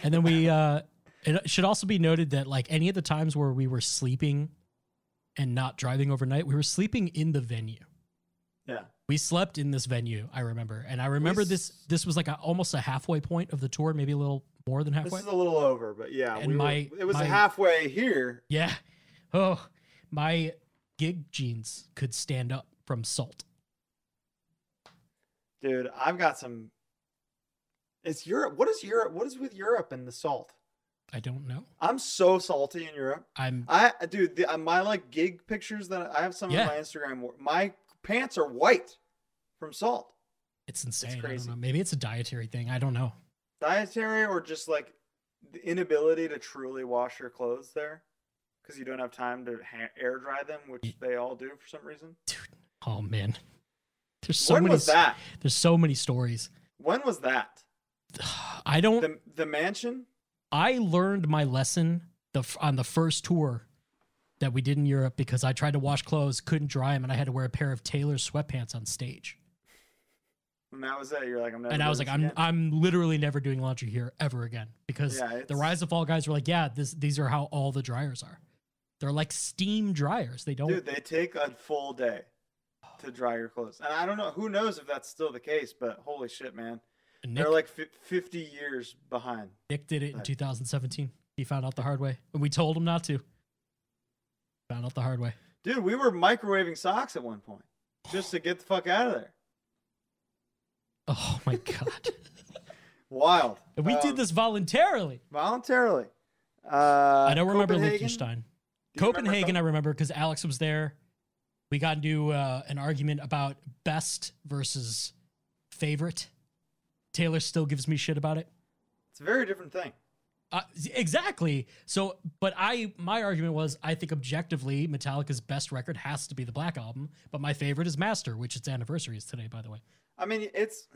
Speaker 3: And
Speaker 2: [laughs]
Speaker 3: then we uh it should also be noted that like any of the times where we were sleeping and not driving overnight, we were sleeping in the venue.
Speaker 2: Yeah.
Speaker 3: We slept in this venue, I remember. And I remember
Speaker 2: s-
Speaker 3: this this was like a, almost a halfway point of the tour, maybe a little more than halfway.
Speaker 2: This is a little over, but yeah,
Speaker 3: And
Speaker 2: we were-
Speaker 3: my-
Speaker 2: it was
Speaker 3: my-
Speaker 2: halfway here.
Speaker 3: yeah. Oh, my gig jeans could stand up from salt.
Speaker 2: Dude, I've got some. It's Europe. What is Europe? What is with Europe and the salt?
Speaker 3: I don't know.
Speaker 2: I'm so salty in Europe.
Speaker 3: I'm
Speaker 2: I dude, the, uh, my like gig pictures that I have some
Speaker 3: Yeah.
Speaker 2: of my Instagram. where My pants are white from salt,
Speaker 3: it's insane. I don't
Speaker 2: crazy.
Speaker 3: know. Maybe it's a dietary thing. I don't know.
Speaker 2: dietary or just like the inability to truly wash your clothes there because you don't have time to ha- air dry them, which they all do for some reason.
Speaker 3: Oh man. There's so
Speaker 2: when
Speaker 3: many
Speaker 2: was that?
Speaker 3: there's so many stories.
Speaker 2: When was that?
Speaker 3: I don't
Speaker 2: The the mansion?
Speaker 3: I learned my lesson the f- on the first tour that we did in Europe because I tried to wash clothes, couldn't dry them, and I had to wear a pair of Taylor sweatpants on stage.
Speaker 2: When that was it, you're like I'm never.
Speaker 3: and I
Speaker 2: doing
Speaker 3: was
Speaker 2: this
Speaker 3: like, I'm
Speaker 2: again.
Speaker 3: I'm literally never doing laundry here ever again because
Speaker 2: Yeah,
Speaker 3: the
Speaker 2: it's-
Speaker 3: Rise of Fall guys were like, yeah, this these are how all the dryers are. They're like steam dryers. They don't.
Speaker 2: Dude, they take a full day to dry your clothes. And I don't know, who knows if that's still the case, but holy shit, man.
Speaker 3: and Nick,
Speaker 2: They're like fi 50 years behind.
Speaker 3: Nick did it in 2017. He found out the hard way, and we told him not to. Found out the hard way.
Speaker 2: Dude, we were microwaving socks at one point just to get the fuck out of there.
Speaker 3: Oh my god,
Speaker 2: Wild.
Speaker 3: And [laughs] we
Speaker 2: Um,
Speaker 3: did this voluntarily.
Speaker 2: voluntarily. Uh,
Speaker 3: I don't remember
Speaker 2: Copenhagen?
Speaker 3: Liechtenstein.
Speaker 2: Do you remember
Speaker 3: Copenhagen, I
Speaker 2: Copen-
Speaker 3: remember because Alex was there. We got into uh, an argument about best versus favorite. Taylor still gives me shit about it.
Speaker 2: It's a very different thing.
Speaker 3: Uh, exactly. So, but I, my argument was, I think objectively, Metallica's best record has to be the Black Album, but my favorite is Master, which its anniversary is today, by the way.
Speaker 2: I mean, it's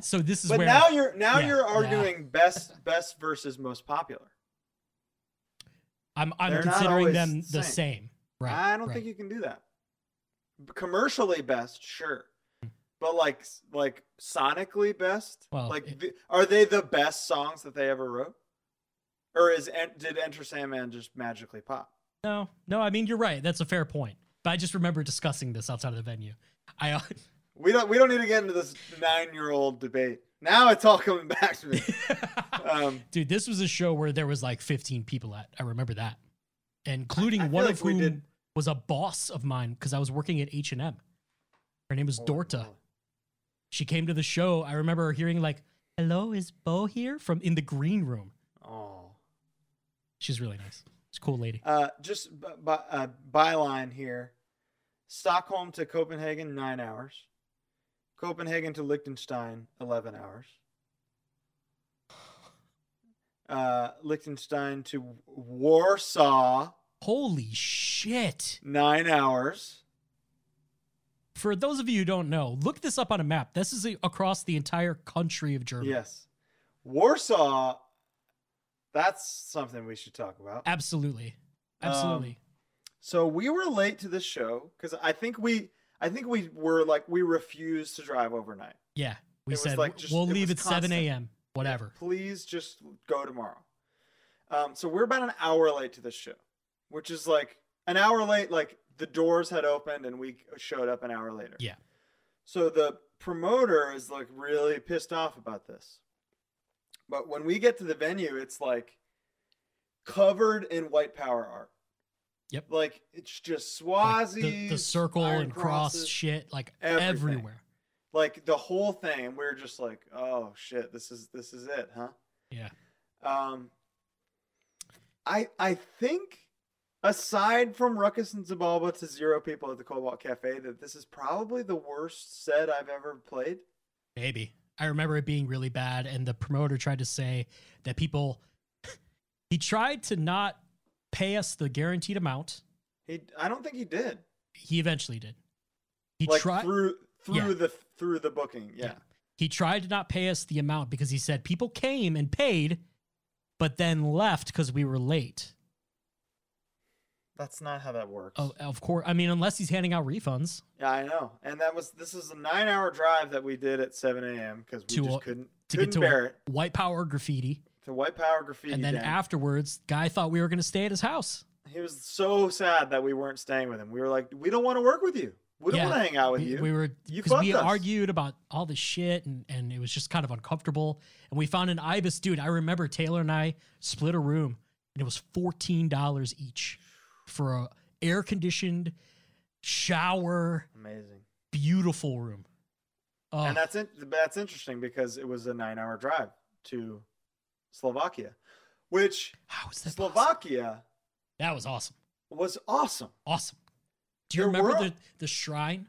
Speaker 3: So this is
Speaker 2: but
Speaker 3: where
Speaker 2: now you're now
Speaker 3: yeah,
Speaker 2: you're
Speaker 3: yeah.
Speaker 2: arguing best best versus most popular.
Speaker 3: I'm, I'm
Speaker 2: they're not
Speaker 3: considering
Speaker 2: always
Speaker 3: them the
Speaker 2: the same.
Speaker 3: same. Right.
Speaker 2: I don't
Speaker 3: right.
Speaker 2: think you can do that. B- Commercially best, sure, but like s- like sonically best,
Speaker 3: Well,
Speaker 2: like
Speaker 3: it-
Speaker 2: the, are they the best songs that they ever wrote, or is En- did Enter Sandman just magically pop?
Speaker 3: No, no. I mean, you're right. That's a fair point. But I just remember discussing this outside of the venue. I. uh,
Speaker 2: We don't we don't need to get into this nine year old debate. Now it's all coming back to me.
Speaker 3: [laughs]
Speaker 2: Um,
Speaker 3: [laughs] Dude, this was a show where there was like 15 people at. I remember that, including
Speaker 2: I feel
Speaker 3: one
Speaker 2: like
Speaker 3: of
Speaker 2: we
Speaker 3: whom
Speaker 2: did-
Speaker 3: was a boss of mine because I was working at H and M. Her name was
Speaker 2: Oh,
Speaker 3: Dorta. She came to the show. I remember her hearing like, "Hello, is Bo here?" from in the green room.
Speaker 2: Oh.
Speaker 3: She's really nice. She's a cool lady.
Speaker 2: Uh, just b- b- uh, byline here. Stockholm to Copenhagen, nine hours. Copenhagen to Liechtenstein, eleven hours. Uh, Liechtenstein to Warsaw,
Speaker 3: Holy shit!
Speaker 2: nine hours.
Speaker 3: For those of you who don't know, look this up on a map. This is a, across the entire country of Germany.
Speaker 2: Yes, Warsaw. That's something we should talk about.
Speaker 3: absolutely,
Speaker 2: Um,
Speaker 3: absolutely.
Speaker 2: So we were late to this show because I think we, I think we were like we refused to drive overnight.
Speaker 3: yeah, we
Speaker 2: it was
Speaker 3: said
Speaker 2: like
Speaker 3: "W-
Speaker 2: just-
Speaker 3: we'll
Speaker 2: it
Speaker 3: leave
Speaker 2: was
Speaker 3: at 7
Speaker 2: constant.
Speaker 3: a.m. Whatever.
Speaker 2: Please just go tomorrow. Um, so we're about an hour late to this show, which is like an hour late. Like the doors had opened and we showed up an hour later.
Speaker 3: Yeah.
Speaker 2: So the promoter is like really pissed off about this. But when we get to the venue, it's like covered in white power art.
Speaker 3: Yep.
Speaker 2: Like it's just
Speaker 3: Like,
Speaker 2: Swazi,
Speaker 3: the, the circle and cross shit like
Speaker 2: everything.
Speaker 3: everywhere
Speaker 2: like the whole thing and we are just like oh shit this is this is it huh
Speaker 3: Yeah.
Speaker 2: um i i think aside from ruckus and zabalba to zero people at the cobalt cafe that this is probably the worst set i've ever played
Speaker 3: maybe i remember it being really bad and the promoter tried to say that people [laughs] He tried to not pay us the guaranteed amount.
Speaker 2: He, I don't think he did.
Speaker 3: He eventually did. He
Speaker 2: like
Speaker 3: tried.
Speaker 2: through through
Speaker 3: Yeah.
Speaker 2: the through the booking. Yeah.
Speaker 3: He tried to not pay us the amount because he said people came and paid, but then left because we were late.
Speaker 2: That's not how that works.
Speaker 3: Oh, of course. I mean, unless he's handing out refunds
Speaker 2: Yeah, I know. And that was this is a nine hour drive that we did at seven a.m. because we
Speaker 3: To, uh,
Speaker 2: just couldn't
Speaker 3: to
Speaker 2: couldn't
Speaker 3: get to
Speaker 2: bear it.
Speaker 3: white power graffiti,
Speaker 2: To white power graffiti.
Speaker 3: and then
Speaker 2: down.
Speaker 3: afterwards, guy thought we were going to stay at his house.
Speaker 2: he was so sad that we weren't staying with him. We were like, we don't want to work with you. We don't
Speaker 3: Yeah,
Speaker 2: want to hang out with
Speaker 3: we,
Speaker 2: you.
Speaker 3: we were
Speaker 2: You
Speaker 3: because we
Speaker 2: fucked us.
Speaker 3: argued about all this shit, and and it was just kind of uncomfortable. And we found an ibis, dude. I remember Taylor and I split a room, and it was fourteen dollars each for a air conditioned shower,
Speaker 2: Amazing.
Speaker 3: beautiful room. Oh,
Speaker 2: And that's it. That's interesting because it was a nine hour drive to Slovakia, which
Speaker 3: how is that? possible?
Speaker 2: Slovakia
Speaker 3: That was awesome.
Speaker 2: was awesome.
Speaker 3: Awesome. Do you
Speaker 2: There
Speaker 3: remember
Speaker 2: were-
Speaker 3: the, the shrine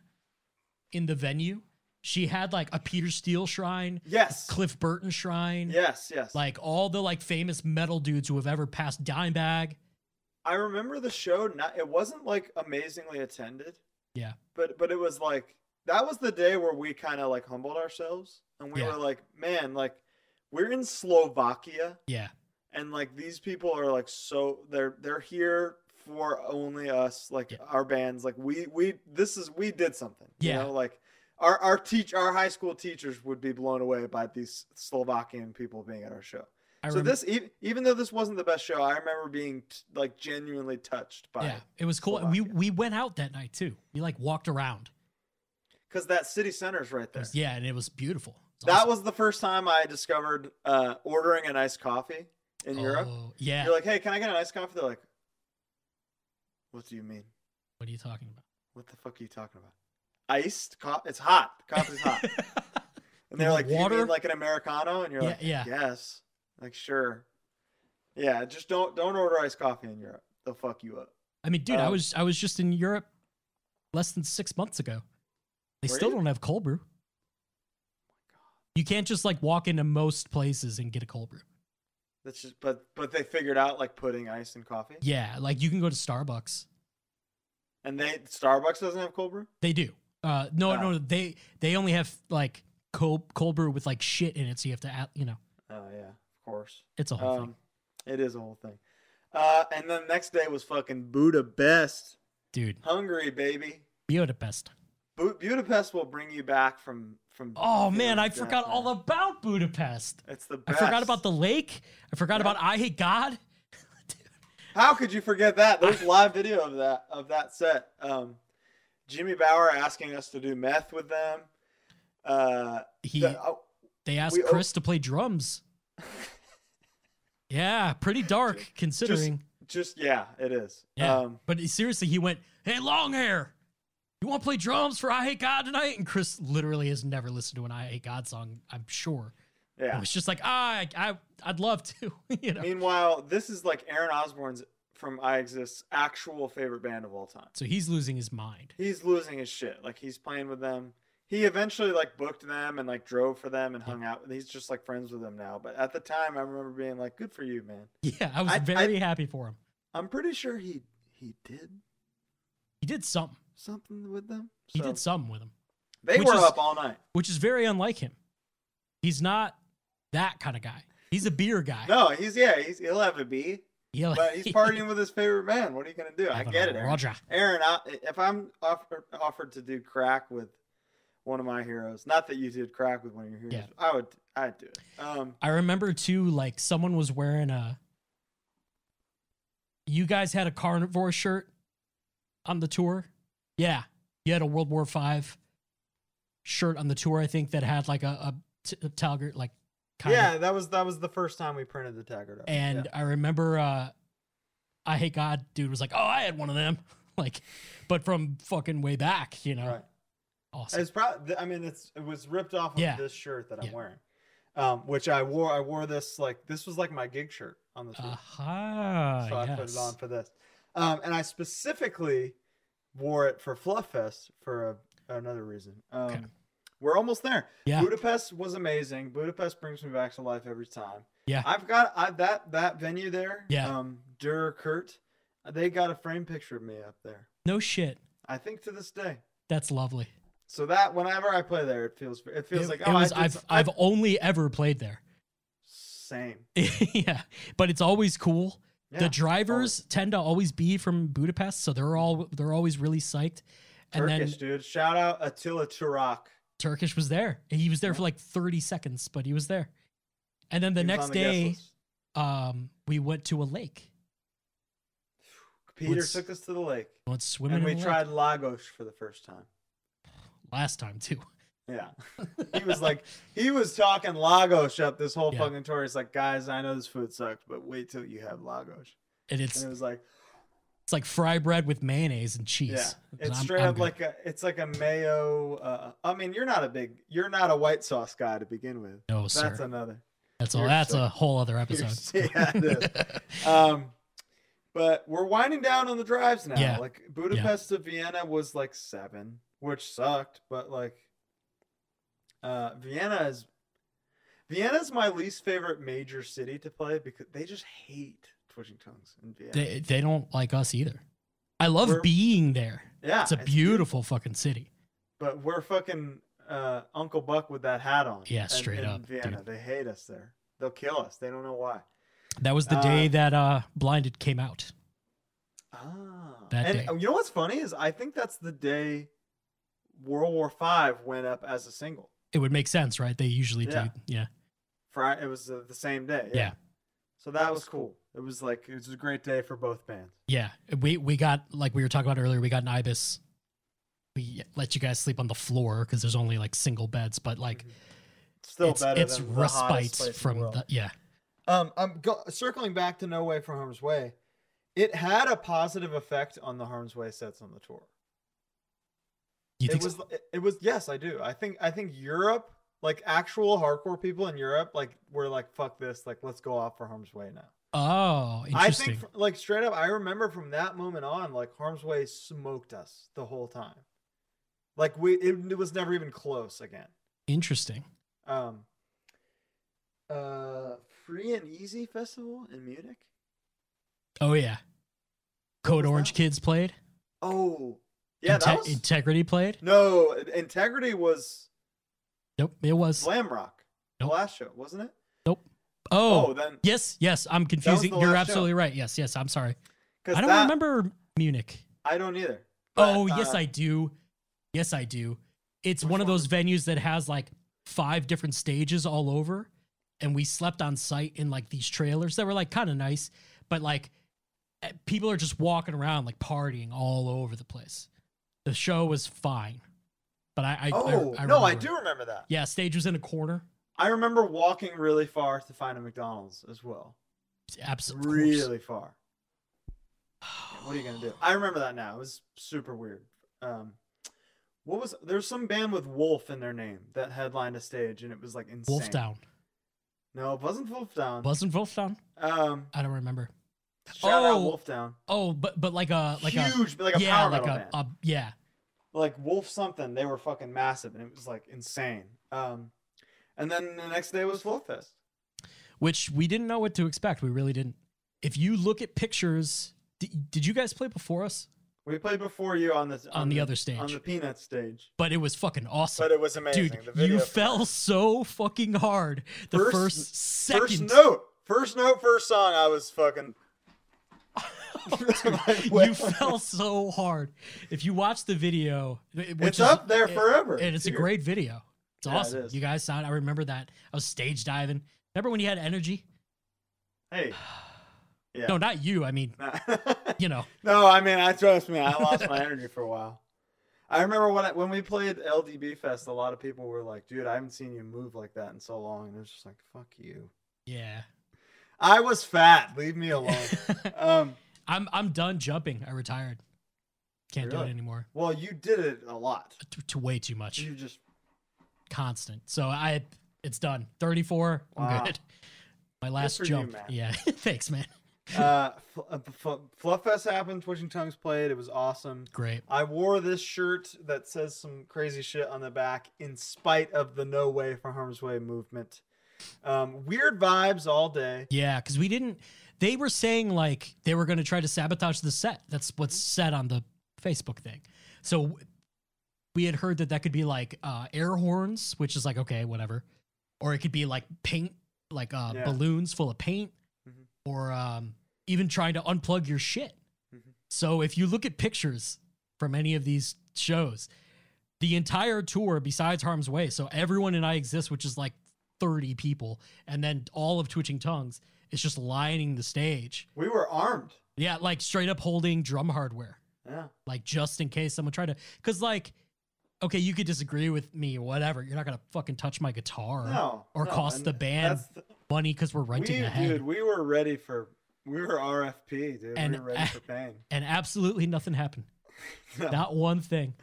Speaker 3: in the venue? She had like a Peter Steele shrine,
Speaker 2: Yes.
Speaker 3: Cliff Burton shrine,
Speaker 2: Yes. Yes.
Speaker 3: like all the like famous metal dudes who have ever passed Dimebag.
Speaker 2: I remember the show. Not it wasn't like amazingly attended.
Speaker 3: Yeah.
Speaker 2: But but it was like that was the day where we kind of like humbled ourselves and we
Speaker 3: Yeah.
Speaker 2: were like, man, like we're in Slovakia
Speaker 3: Yeah.
Speaker 2: and like these people are like so they're they're here for only us like
Speaker 3: Yeah.
Speaker 2: our bands like we we this is we did something
Speaker 3: Yeah.
Speaker 2: you know like our our teach our high school teachers would be blown away by these slovakian people being at our show
Speaker 3: I
Speaker 2: so
Speaker 3: remember.
Speaker 2: this even, even though this wasn't the best show i remember being t- like genuinely touched by
Speaker 3: yeah, it was cool. And we
Speaker 2: Slovakia.
Speaker 3: we went out that night too. We like walked around.
Speaker 2: because that city center's right
Speaker 3: It
Speaker 2: there
Speaker 3: was- yeah, and it was beautiful. It
Speaker 2: that
Speaker 3: awesome.
Speaker 2: was the first time i discovered uh ordering an iced coffee in europe
Speaker 3: Oh, yeah.
Speaker 2: you're like hey can i get an iced coffee they're like what do you mean
Speaker 3: what are you talking about?
Speaker 2: [laughs] What the fuck are you talking about? Iced coffee. It's hot. Coffee's [laughs] hot. And they're
Speaker 3: You
Speaker 2: like,
Speaker 3: want
Speaker 2: "Do you
Speaker 3: water?"
Speaker 2: mean like an americano? And you're
Speaker 3: Yeah,
Speaker 2: like,
Speaker 3: yeah.
Speaker 2: yes. Like sure. Yeah, just don't don't order iced coffee in Europe. They'll fuck you up.
Speaker 3: I mean, dude, I
Speaker 2: Um,
Speaker 3: was I was just in Europe less than six months ago. They
Speaker 2: Were
Speaker 3: still
Speaker 2: you?
Speaker 3: don't have cold brew. You can't just like walk into most places and get a cold brew.
Speaker 2: That's just but but they figured out like putting ice in coffee.
Speaker 3: Yeah, like you can go to Starbucks.
Speaker 2: And they Starbucks doesn't have cold brew.
Speaker 3: They do. Uh, no,
Speaker 2: Oh.
Speaker 3: no, they they only have like cold cold brew with like shit in it, so you have to add, you know,
Speaker 2: Oh yeah, of course.
Speaker 3: it's a whole thing,
Speaker 2: Um, it is a whole thing. Uh, and then next day was fucking Budapest,
Speaker 3: dude.
Speaker 2: Hungary, baby.
Speaker 3: Be the best.
Speaker 2: Bu- Budapest will bring you back from from.
Speaker 3: Oh man, I
Speaker 2: feeling death,
Speaker 3: forgot all
Speaker 2: man.
Speaker 3: about Budapest.
Speaker 2: It's the
Speaker 3: I
Speaker 2: best.
Speaker 3: forgot about the lake. I forgot
Speaker 2: Yeah.
Speaker 3: about I hate God.
Speaker 2: How could you forget that? There's live video of that of that set. Um, Jimmy Bauer asking us to do meth with them. Uh,
Speaker 3: He
Speaker 2: the- oh,
Speaker 3: They asked
Speaker 2: We o-
Speaker 3: Chris to play
Speaker 2: [laughs]
Speaker 3: drums. yeah, pretty dark considering.
Speaker 2: just yeah, it is.
Speaker 3: yeah,
Speaker 2: Um,
Speaker 3: but he- seriously, he went, "Hey, long hair, you want to play drums for I Hate God tonight?" And Chris literally has never listened to an I Hate God song. I'm sure. It
Speaker 2: yeah.
Speaker 3: was just like, ah, I, I, I'd love to. [laughs] you know,
Speaker 2: Meanwhile, this is like Aaron Osborne's from I Exist's actual favorite band of all time.
Speaker 3: so he's losing his mind. [laughs]
Speaker 2: He's losing his shit. Like he's playing with them. He eventually like booked them and like drove for them and hung out. He's just like friends with them now. But at the time, I remember being like, "Good for you, man."
Speaker 3: Yeah, I was
Speaker 2: I- I-
Speaker 3: very happy for him.
Speaker 2: I'm pretty sure he he did
Speaker 3: He did something.
Speaker 2: something with them.
Speaker 3: He
Speaker 2: so-
Speaker 3: did something with him,
Speaker 2: They
Speaker 3: Which
Speaker 2: were
Speaker 3: is-
Speaker 2: up all night.
Speaker 3: which is very unlike him. He's not that kind of guy. He's a beer guy.
Speaker 2: No, he's yeah, he's he'll have a B,
Speaker 3: Yeah,
Speaker 2: but
Speaker 3: [laughs]
Speaker 2: he's partying with his favorite band. What are you gonna do? I
Speaker 3: Having a
Speaker 2: get it, Aaron.
Speaker 3: Roger.
Speaker 2: Aaron, I, if I'm offered offered to do crack with one of my heroes, not that you did crack with one of your heroes,
Speaker 3: Yeah.
Speaker 2: I would, I'd do it. Um,
Speaker 3: I remember too, like someone was wearing a. You guys had a carnivore shirt on the tour, yeah. You had a World War Five shirt on the tour, I think, that had like a, a, t- a Talgert like kind
Speaker 2: yeah,
Speaker 3: of.
Speaker 2: that was that was the first time we printed the Taggart. up.
Speaker 3: And
Speaker 2: Yeah.
Speaker 3: I remember, uh, I hate God, dude was like, "Oh, I had one of them," [laughs] like, but from fucking way back, you know.
Speaker 2: Right.
Speaker 3: Awesome.
Speaker 2: It's probably. I mean, it's it was ripped off of
Speaker 3: Yeah.
Speaker 2: this shirt that I'm
Speaker 3: Yeah.
Speaker 2: wearing, um, which I wore. I wore this like this was like my gig shirt on the.
Speaker 3: Uh-huh.
Speaker 2: tour.
Speaker 3: Aha.
Speaker 2: so I put
Speaker 3: Ah, yes.
Speaker 2: it on for this. Um, and I specifically wore it for Fluff Fest for a, another reason. Um,
Speaker 3: Okay.
Speaker 2: We're almost there.
Speaker 3: Yeah.
Speaker 2: Budapest was amazing. Budapest brings me back to life every time.
Speaker 3: Yeah.
Speaker 2: I've got I, that that venue there.
Speaker 3: Yeah.
Speaker 2: Um, Durer Kurt, they got a frame picture of me up there.
Speaker 3: No shit.
Speaker 2: I think to this day.
Speaker 3: That's lovely.
Speaker 2: So that whenever I play there, it feels it feels
Speaker 3: It-
Speaker 2: like
Speaker 3: it
Speaker 2: oh,
Speaker 3: was-
Speaker 2: I
Speaker 3: I've
Speaker 2: did,
Speaker 3: I've only ever played there.
Speaker 2: same.
Speaker 3: [laughs] yeah, but it's always cool.
Speaker 2: Yeah,
Speaker 3: the drivers tend to always be from Budapest, so they're all they're always really psyched. And
Speaker 2: Turkish
Speaker 3: then
Speaker 2: dude. Shout out Attila Turak.
Speaker 3: Turkish was there. He was there for like 30 seconds, but he was there. And then the
Speaker 2: He was
Speaker 3: next
Speaker 2: on the guest
Speaker 3: day,
Speaker 2: list.
Speaker 3: um, we went to a lake.
Speaker 2: Peter
Speaker 3: What's-
Speaker 2: took us to the lake,
Speaker 3: Went swimming.
Speaker 2: and
Speaker 3: in
Speaker 2: we
Speaker 3: a lake
Speaker 2: tried Lagos for the first time.
Speaker 3: last time too.
Speaker 2: Yeah, [laughs] he was like, he was talking Lagos up this whole
Speaker 3: Yeah.
Speaker 2: fucking tour. He's like, guys, I know this food sucks, but wait till you have Lagos.
Speaker 3: [laughs] and it's
Speaker 2: And it was like,
Speaker 3: it's like fry bread with mayonnaise and cheese.
Speaker 2: yeah,
Speaker 3: And
Speaker 2: it's
Speaker 3: I'm-
Speaker 2: straight
Speaker 3: I'm
Speaker 2: up
Speaker 3: good.
Speaker 2: like a, it's like a mayo. Uh, I mean, you're not a big, you're not a white sauce guy to begin with.
Speaker 3: no,
Speaker 2: That's
Speaker 3: sir. That's a,
Speaker 2: another.
Speaker 3: that's,
Speaker 2: you're
Speaker 3: a whole
Speaker 2: [laughs]
Speaker 3: other
Speaker 2: You're-
Speaker 3: episode.
Speaker 2: yeah, it is. um but we're winding down on the drives now
Speaker 3: Yeah.
Speaker 2: like budapest to vienna was like seven which sucked but like uh vienna is vienna's my least favorite major city to play because they just hate twitching tongues in vienna
Speaker 3: [laughs] they they don't like us either. I love
Speaker 2: We're-
Speaker 3: being there.
Speaker 2: yeah
Speaker 3: It's a
Speaker 2: beautiful.
Speaker 3: beautiful fucking city.
Speaker 2: but we're fucking uh uncle buck with that hat on
Speaker 3: Yeah,
Speaker 2: in-
Speaker 3: straight
Speaker 2: in
Speaker 3: up, dude.
Speaker 2: vienna they hate us there they'll kill us they don't know why
Speaker 3: That was the
Speaker 2: Uh,
Speaker 3: day that uh Blinded came out.
Speaker 2: Ah,
Speaker 3: that
Speaker 2: and
Speaker 3: day.
Speaker 2: uh, you know what's funny is I think that's the day World War Five went up as a single.
Speaker 3: It would make sense, right? They usually
Speaker 2: Yeah.
Speaker 3: do. Yeah.
Speaker 2: Friday, it was uh, the same day.
Speaker 3: Yeah.
Speaker 2: So that was cool. It was like it was a great day for both bands.
Speaker 3: Yeah. We we got like we were talking about earlier, we got an ibis. We let you guys sleep on the floor because there's only like single beds, but like
Speaker 2: Mhm. Still
Speaker 3: it's
Speaker 2: better.
Speaker 3: it's
Speaker 2: than
Speaker 3: respite
Speaker 2: the
Speaker 3: from the yeah.
Speaker 2: Um, I'm go- circling back to No Way from Harm's Way. It had a positive effect on the Harm's Way sets on the tour.
Speaker 3: You
Speaker 2: it
Speaker 3: think
Speaker 2: was
Speaker 3: so?
Speaker 2: it- it was yes i do i think i think europe like actual hardcore people in europe like were like fuck this like let's go off for harm's way now
Speaker 3: Oh,
Speaker 2: i
Speaker 3: interesting.
Speaker 2: think fr- like straight up i remember from that moment on like harm's way smoked us the whole time like we it, it was never even close again
Speaker 3: interesting.
Speaker 2: um uh free and easy festival in munich
Speaker 3: Oh yeah. Code
Speaker 2: was
Speaker 3: Orange
Speaker 2: that?
Speaker 3: Kids played.
Speaker 2: oh yeah that
Speaker 3: Inte-
Speaker 2: was
Speaker 3: Integrity played.
Speaker 2: no integrity was
Speaker 3: Nope, it was.
Speaker 2: slam rock the
Speaker 3: Nope.
Speaker 2: last show wasn't it
Speaker 3: Oh,
Speaker 2: oh then
Speaker 3: yes, yes. I'm
Speaker 2: the
Speaker 3: confusing. You're
Speaker 2: last show.
Speaker 3: absolutely right. Yes, yes. I'm sorry.
Speaker 2: because
Speaker 3: I don't
Speaker 2: that,
Speaker 3: remember Munich.
Speaker 2: I don't either.
Speaker 3: oh,
Speaker 2: But,
Speaker 3: yes,
Speaker 2: uh,
Speaker 3: I do. Yes, I do. It's
Speaker 2: Which
Speaker 3: one of
Speaker 2: one?
Speaker 3: those venues that has like five different stages all over. And we slept on site in like these trailers that were like kind of nice, but like eh, people are just walking around like partying all over the place. The show was fine, but I, I,
Speaker 2: Oh
Speaker 3: I, I
Speaker 2: no, I
Speaker 3: remember
Speaker 2: do
Speaker 3: it.
Speaker 2: remember that.
Speaker 3: Yeah, stage was in a corner.
Speaker 2: I remember walking really far to find a McDonald's as well.
Speaker 3: Absolutely.
Speaker 2: Really
Speaker 3: [sighs]
Speaker 2: far. Yeah, What are you gonna do? I remember that now. It was super weird. Um, what was there's some band with Wolf in their name that headlined a stage and it was like insane.
Speaker 3: Wolf Down.
Speaker 2: No, it wasn't Wolf Down.
Speaker 3: Wasn't Wolf Down?
Speaker 2: um,
Speaker 3: I don't remember.
Speaker 2: shout
Speaker 3: Oh,
Speaker 2: out Wolf Down.
Speaker 3: Oh, but but like a like a
Speaker 2: Huge, but like a
Speaker 3: yeah,
Speaker 2: power
Speaker 3: like
Speaker 2: metal
Speaker 3: a,
Speaker 2: band.
Speaker 3: a yeah.
Speaker 2: like Wolf something. They were fucking massive and it was like insane. Um, and then the next day was Wolf Fest.
Speaker 3: which we didn't know what to expect. We really didn't. If you look at pictures, d- did you guys play before us
Speaker 2: We played before you on this
Speaker 3: on, the, other stage?
Speaker 2: on the peanut stage,
Speaker 3: but it was fucking awesome.
Speaker 2: but it was amazing.
Speaker 3: Dude,
Speaker 2: the video
Speaker 3: you
Speaker 2: for
Speaker 3: fell so fucking hard the
Speaker 2: First-
Speaker 3: first,
Speaker 2: that. first
Speaker 3: second. [laughs]
Speaker 2: note, [laughs] first note, first song. I was fucking. Like, wait.
Speaker 3: you fell so hard. If you watch the video, it- which
Speaker 2: It's
Speaker 3: is-
Speaker 2: up there
Speaker 3: it-
Speaker 2: forever.
Speaker 3: and it's a
Speaker 2: dude.
Speaker 3: great video. It's
Speaker 2: Yeah, it
Speaker 3: awesome.
Speaker 2: is.
Speaker 3: you guys sound. I remember that. I was stage diving. Remember when you had energy?
Speaker 2: Hey, [laughs] yeah.
Speaker 3: No, not you. I mean,
Speaker 2: No.
Speaker 3: you know.
Speaker 2: No, I mean, I trust me. I lost my energy for a while. I remember when I, when we played LDB Fest, a lot of people were like, "Dude, I haven't seen you move like that in so long," and I was just like, "Fuck you."
Speaker 3: Yeah.
Speaker 2: I was fat. Leave me alone.
Speaker 3: [laughs]
Speaker 2: um,
Speaker 3: I'm I'm done jumping. I retired. Can't do
Speaker 2: Really?
Speaker 3: it anymore.
Speaker 2: well, you did it a lot.
Speaker 3: T- to way too much.
Speaker 2: You just
Speaker 3: Constant. So I it's done. 34. I'm
Speaker 2: Wow.
Speaker 3: good. My last
Speaker 2: for you,
Speaker 3: jump.
Speaker 2: man.
Speaker 3: yeah. [laughs] Thanks, man.
Speaker 2: uh, Fl- uh, Fl- Flufffest happened. Twitching Tongues played. It was awesome.
Speaker 3: Great.
Speaker 2: I wore this shirt that says some crazy shit on the back in spite of the No Way for Harm's Way movement. Um, weird vibes all day.
Speaker 3: Yeah, because we didn't. They were saying like they were going to try to sabotage the set. That's what's said on the Facebook thing. So we had heard that that could be like uh, air horns, which is like okay, whatever, or it could be like paint, like uh,
Speaker 2: Yeah.
Speaker 3: balloons full of paint,
Speaker 2: Mhm.
Speaker 3: or um, even trying to unplug your shit.
Speaker 2: Mhm.
Speaker 3: So if you look at pictures from any of these shows, the entire tour besides Harm's Way, so everyone in I Exist, which is like 30 people, and then all of Twitching Tongues is just lining the stage.
Speaker 2: We were armed.
Speaker 3: Yeah, like straight up holding drum hardware
Speaker 2: Yeah.
Speaker 3: like just in case someone tried to because like okay you could disagree with me whatever you're not gonna fucking touch my guitar
Speaker 2: No.
Speaker 3: Uh-huh. or
Speaker 2: no,
Speaker 3: cost
Speaker 2: and
Speaker 3: the band
Speaker 2: that's the-
Speaker 3: money because we're renting
Speaker 2: we,
Speaker 3: a head
Speaker 2: dude, we were ready for. We were RFP, dude.
Speaker 3: And-
Speaker 2: we were ready for pain.
Speaker 3: and absolutely nothing happened
Speaker 2: [laughs] No.
Speaker 3: not one thing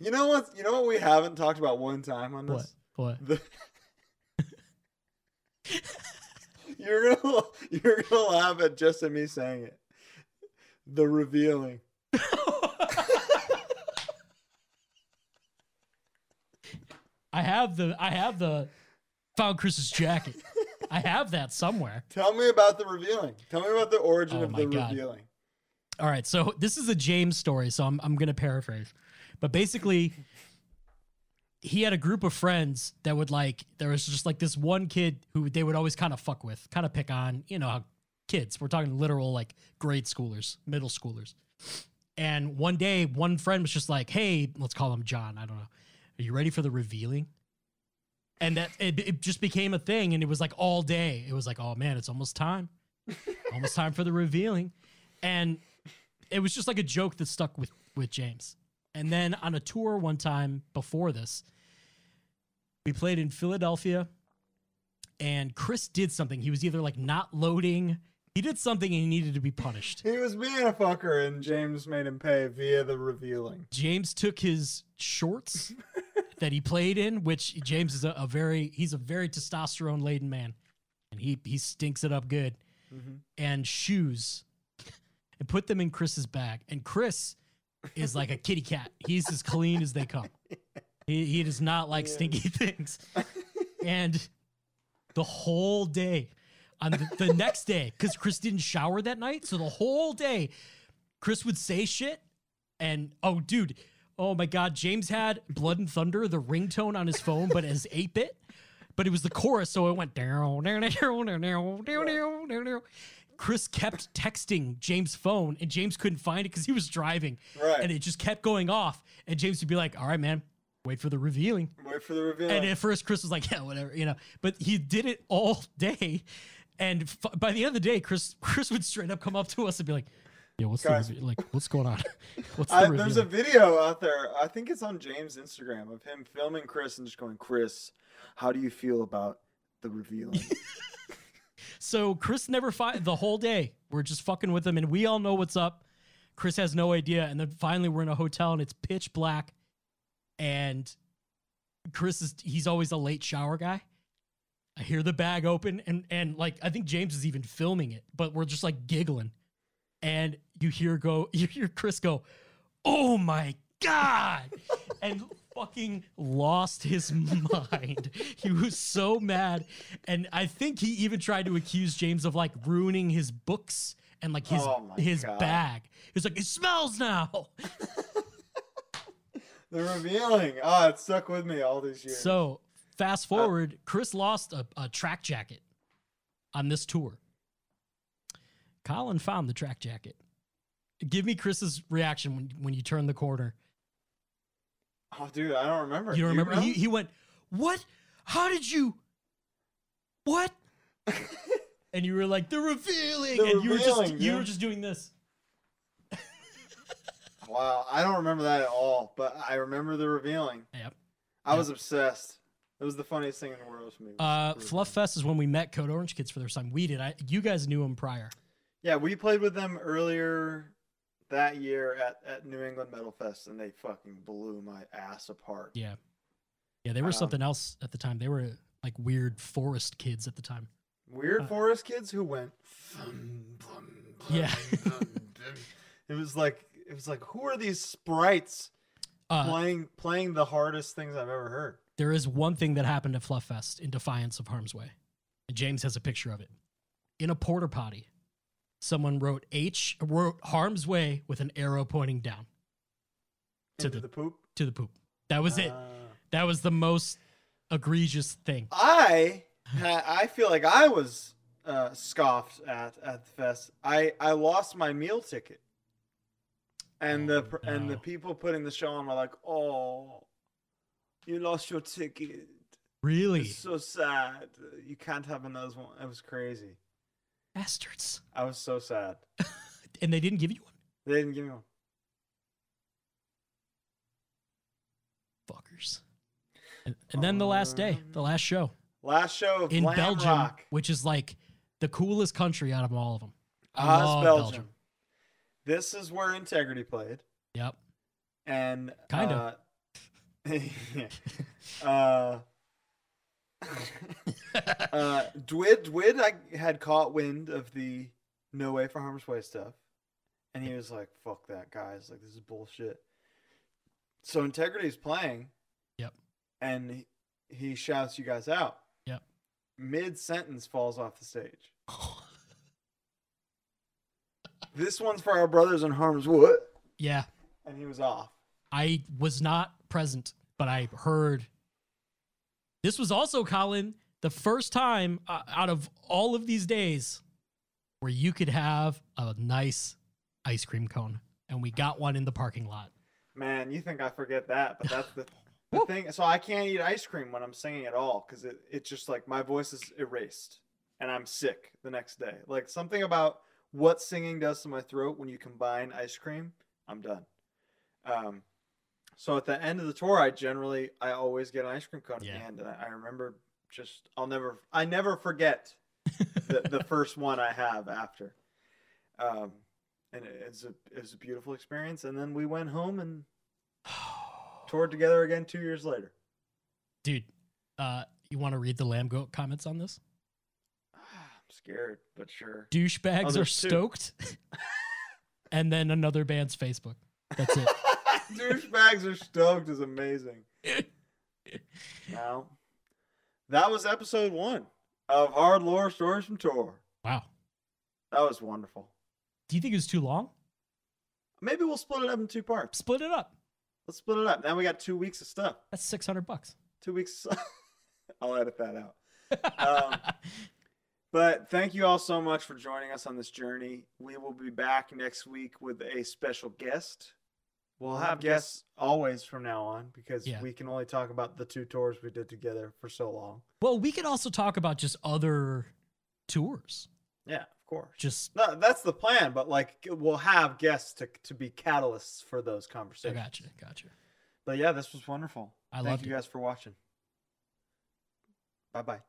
Speaker 2: You know what? You know what we haven't talked about one time on
Speaker 3: what
Speaker 2: this.
Speaker 3: what
Speaker 2: The... you're gonna you're gonna laugh at just at me saying it. The revealing.
Speaker 3: i have the i have the found chris's jacket
Speaker 2: [laughs]
Speaker 3: i have that somewhere
Speaker 2: Tell me about the revealing. Tell me about the origin
Speaker 3: Oh
Speaker 2: of
Speaker 3: my
Speaker 2: the
Speaker 3: God.
Speaker 2: revealing.
Speaker 3: All right, so this is a James story, so I'm I'm gonna paraphrase, but basically, he had a group of friends that would like there was just like this one kid who they would always kind of fuck with, kind of pick on, you know how kids we're talking literal like grade schoolers, middle schoolers, and one day one friend was just like, hey, let's call him John, I don't know, are you ready for the revealing? And that it, it just became a thing, and it was like all day. It was like, oh man, it's almost time, almost time for the revealing, and it was just like a joke that stuck with with James. And then on a tour one time before this, we played in Philadelphia, and Chris did something. He was either like not loading, he did something, and he needed to be punished.
Speaker 2: He was being a fucker, and James made him pay via the revealing.
Speaker 3: James took his shorts that he played in, which James is a, a very he's a very testosterone laden man, and he he stinks it up good.
Speaker 2: Mhm.
Speaker 3: and shoes and put them in Chris's bag. And Chris is like a kitty cat. He's as clean as they come. He, he does not like
Speaker 2: Yeah.
Speaker 3: stinky [laughs] things. And the whole day, on the, the next day, because Chris didn't shower that night. So the whole day, Chris would say shit. And oh, dude, oh my God, James had Blood and Thunder, the ringtone on his phone, but as 8 bit. But it was the chorus, so it went down, down, down, down, down, down, down, down, down. Chris kept texting James' phone, and James couldn't find it because he was driving,
Speaker 2: Right.
Speaker 3: and it just kept going off. And James would be like, "All right, man, wait for the revealing."
Speaker 2: Wait for the revealing.
Speaker 3: And at first, Chris was like, [laughs] "Yeah, whatever," you know. But he did it all [laughs] day, and f- by the end of the day, Chris [laughs] Chris would straight up come up to us and be like, "Yo, what's
Speaker 2: Guys.
Speaker 3: the reve- like? What's going on? [laughs] What's the
Speaker 2: I,
Speaker 3: revealing?"
Speaker 2: there's a video out there. I think it's on James' Instagram of him filming Chris and just going, "Chris, how do you feel about the
Speaker 3: [laughs]
Speaker 2: revealing?"
Speaker 3: So Chris never find the whole day. We're just fucking with him, and we all know what's up. Chris has no idea, and then finally we're in a hotel, and it's pitch black, and Chris is he's always a late shower guy. I hear the bag open, and and like I think James is even filming it, but we're just like giggling, and you hear go [laughs] you hear Chris go, "Oh my
Speaker 2: [laughs]
Speaker 3: god!" and fucking lost his mind. [laughs] He was so mad. And I think he even tried to accuse James of like ruining his books and like his
Speaker 2: Oh my
Speaker 3: his
Speaker 2: God.
Speaker 3: bag. He was like, it smells now.
Speaker 2: the revealing. Oh, it stuck with me all these years.
Speaker 3: So
Speaker 2: Uh,
Speaker 3: fast forward, Chris lost a, a track jacket on this tour. Colin found the track jacket. Give me Chris's reaction when, when you turn the corner.
Speaker 2: oh, dude, I don't remember.
Speaker 3: You don't remember? He, he went, What? How did you?
Speaker 2: [laughs]
Speaker 3: What? and you were like, The revealing.
Speaker 2: The
Speaker 3: and you were just
Speaker 2: revealing,
Speaker 3: you were
Speaker 2: dude.
Speaker 3: just doing this.
Speaker 2: wow, I don't remember that at all. But I remember the revealing.
Speaker 3: Yep.
Speaker 2: I
Speaker 3: Yep.
Speaker 2: was obsessed. It was the funniest thing in the world to me. was
Speaker 3: Uh,
Speaker 2: the
Speaker 3: Fluff
Speaker 2: revealing.
Speaker 3: Fest is when we met Code Orange Kids for the first time. We did. I, you guys knew him prior.
Speaker 2: Yeah, we played with them earlier that year at, at New England Metal Fest, and they fucking blew my ass apart.
Speaker 3: Yeah. Yeah, they were
Speaker 2: Um,
Speaker 3: something else at the time. They were like weird forest kids at the time.
Speaker 2: Weird
Speaker 3: Uh,
Speaker 2: forest kids who went. "Thum, plum,
Speaker 3: Yeah. [laughs]
Speaker 2: it was like it was like who are these sprites
Speaker 3: Uh,
Speaker 2: playing playing the hardest things I've ever heard?
Speaker 3: there is one thing that happened at Flufffest in defiance of harm's way. And James has a picture of it. In a porter potty, someone wrote H wrote harm's way with an arrow pointing down To
Speaker 2: Into the,
Speaker 3: the-
Speaker 2: poop.
Speaker 3: to the poop. That was it.
Speaker 2: Uh,
Speaker 3: That was the most egregious thing.
Speaker 2: I ha- I feel like I was uh, scoffed at at the fest. I I lost my meal ticket, and
Speaker 3: Oh,
Speaker 2: the pr and the
Speaker 3: no.
Speaker 2: people putting the show on were like, "Oh, you lost your ticket.
Speaker 3: Really?
Speaker 2: It's so sad. You can't have another one." It was crazy.
Speaker 3: Bastards.
Speaker 2: I was so sad.
Speaker 3: And they didn't give you one?
Speaker 2: They didn't give me one.
Speaker 3: Fuckers. And, and then the last day, the last show
Speaker 2: Last show of
Speaker 3: in
Speaker 2: Blam
Speaker 3: Belgium,
Speaker 2: Um, Rock.
Speaker 3: which is like the coolest country out of all of them. I
Speaker 2: Oz,
Speaker 3: love
Speaker 2: Ah, Belgium. This is where Integrity played,
Speaker 3: Yep.
Speaker 2: and
Speaker 3: Kinda.
Speaker 2: uh, [laughs]
Speaker 3: [laughs]
Speaker 2: uh, uh, Dwid Dwid I had caught wind of the No Way for Harm's Way stuff, and he was like, "Fuck that, guys! Like this is bullshit." So Integrity's playing.
Speaker 3: Yep.
Speaker 2: And he, he shouts you guys out.
Speaker 3: Yep.
Speaker 2: Mid sentence falls off the
Speaker 3: [laughs]
Speaker 2: stage. This one's for our brothers in harm's way,
Speaker 3: [laughs] yeah.
Speaker 2: and he was off.
Speaker 3: I was not present, but I heard. This was also, Colin, the first time uh, out of all of these days where you could have a nice ice cream cone. And we got one in the parking lot. [sighs]
Speaker 2: Man, you think I forget that, but that's the, the thing. So I can't eat ice cream when I'm singing at all because it, it's just like my voice is erased and I'm sick the next day. Like something about what singing does to my throat when you combine ice cream, I'm done. Um, so at the end of the tour, I generally, I always get an ice cream cone at
Speaker 3: Yeah.
Speaker 2: the end. And I, I remember just, I'll never, I never forget the, the first one I have after. Um, and it, it's a, it was a beautiful experience. And then we went home and toured together again two years later.
Speaker 3: Dude, uh, you want to read the lamb goat comments on this?
Speaker 2: [sighs] I'm scared, but sure. Oh,
Speaker 3: Douchebags are
Speaker 2: there's two.
Speaker 3: stoked. [laughs] and then another band's Facebook. That's it.
Speaker 2: [laughs] Douchebags are stoked is amazing. Now, that was episode one of Hard Lore Stories from Tour.
Speaker 3: wow.
Speaker 2: That was wonderful.
Speaker 3: Do you think it was too long?
Speaker 2: Maybe we'll split it up in two parts.
Speaker 3: Split it up.
Speaker 2: Let's split it up. Now we got two weeks of stuff.
Speaker 3: That's 600 bucks.
Speaker 2: Two weeks. Of... [laughs] I'll edit that out. Um, But thank you all so much for joining us on this journey. We will be back next week with a special guest. We'll have guests always from now on because
Speaker 3: Yeah.
Speaker 2: we can only talk about the two tours we did together for so long.
Speaker 3: Well, we could also talk about just other tours.
Speaker 2: Yeah, of course.
Speaker 3: Just
Speaker 2: No, that's the plan, but like we'll have guests to, to be catalysts for those
Speaker 3: I
Speaker 2: conversations.
Speaker 3: gotcha, gotcha.
Speaker 2: But yeah, this was wonderful.
Speaker 3: I
Speaker 2: Thank
Speaker 3: loved
Speaker 2: you
Speaker 3: it.
Speaker 2: guys for watching. Bye bye.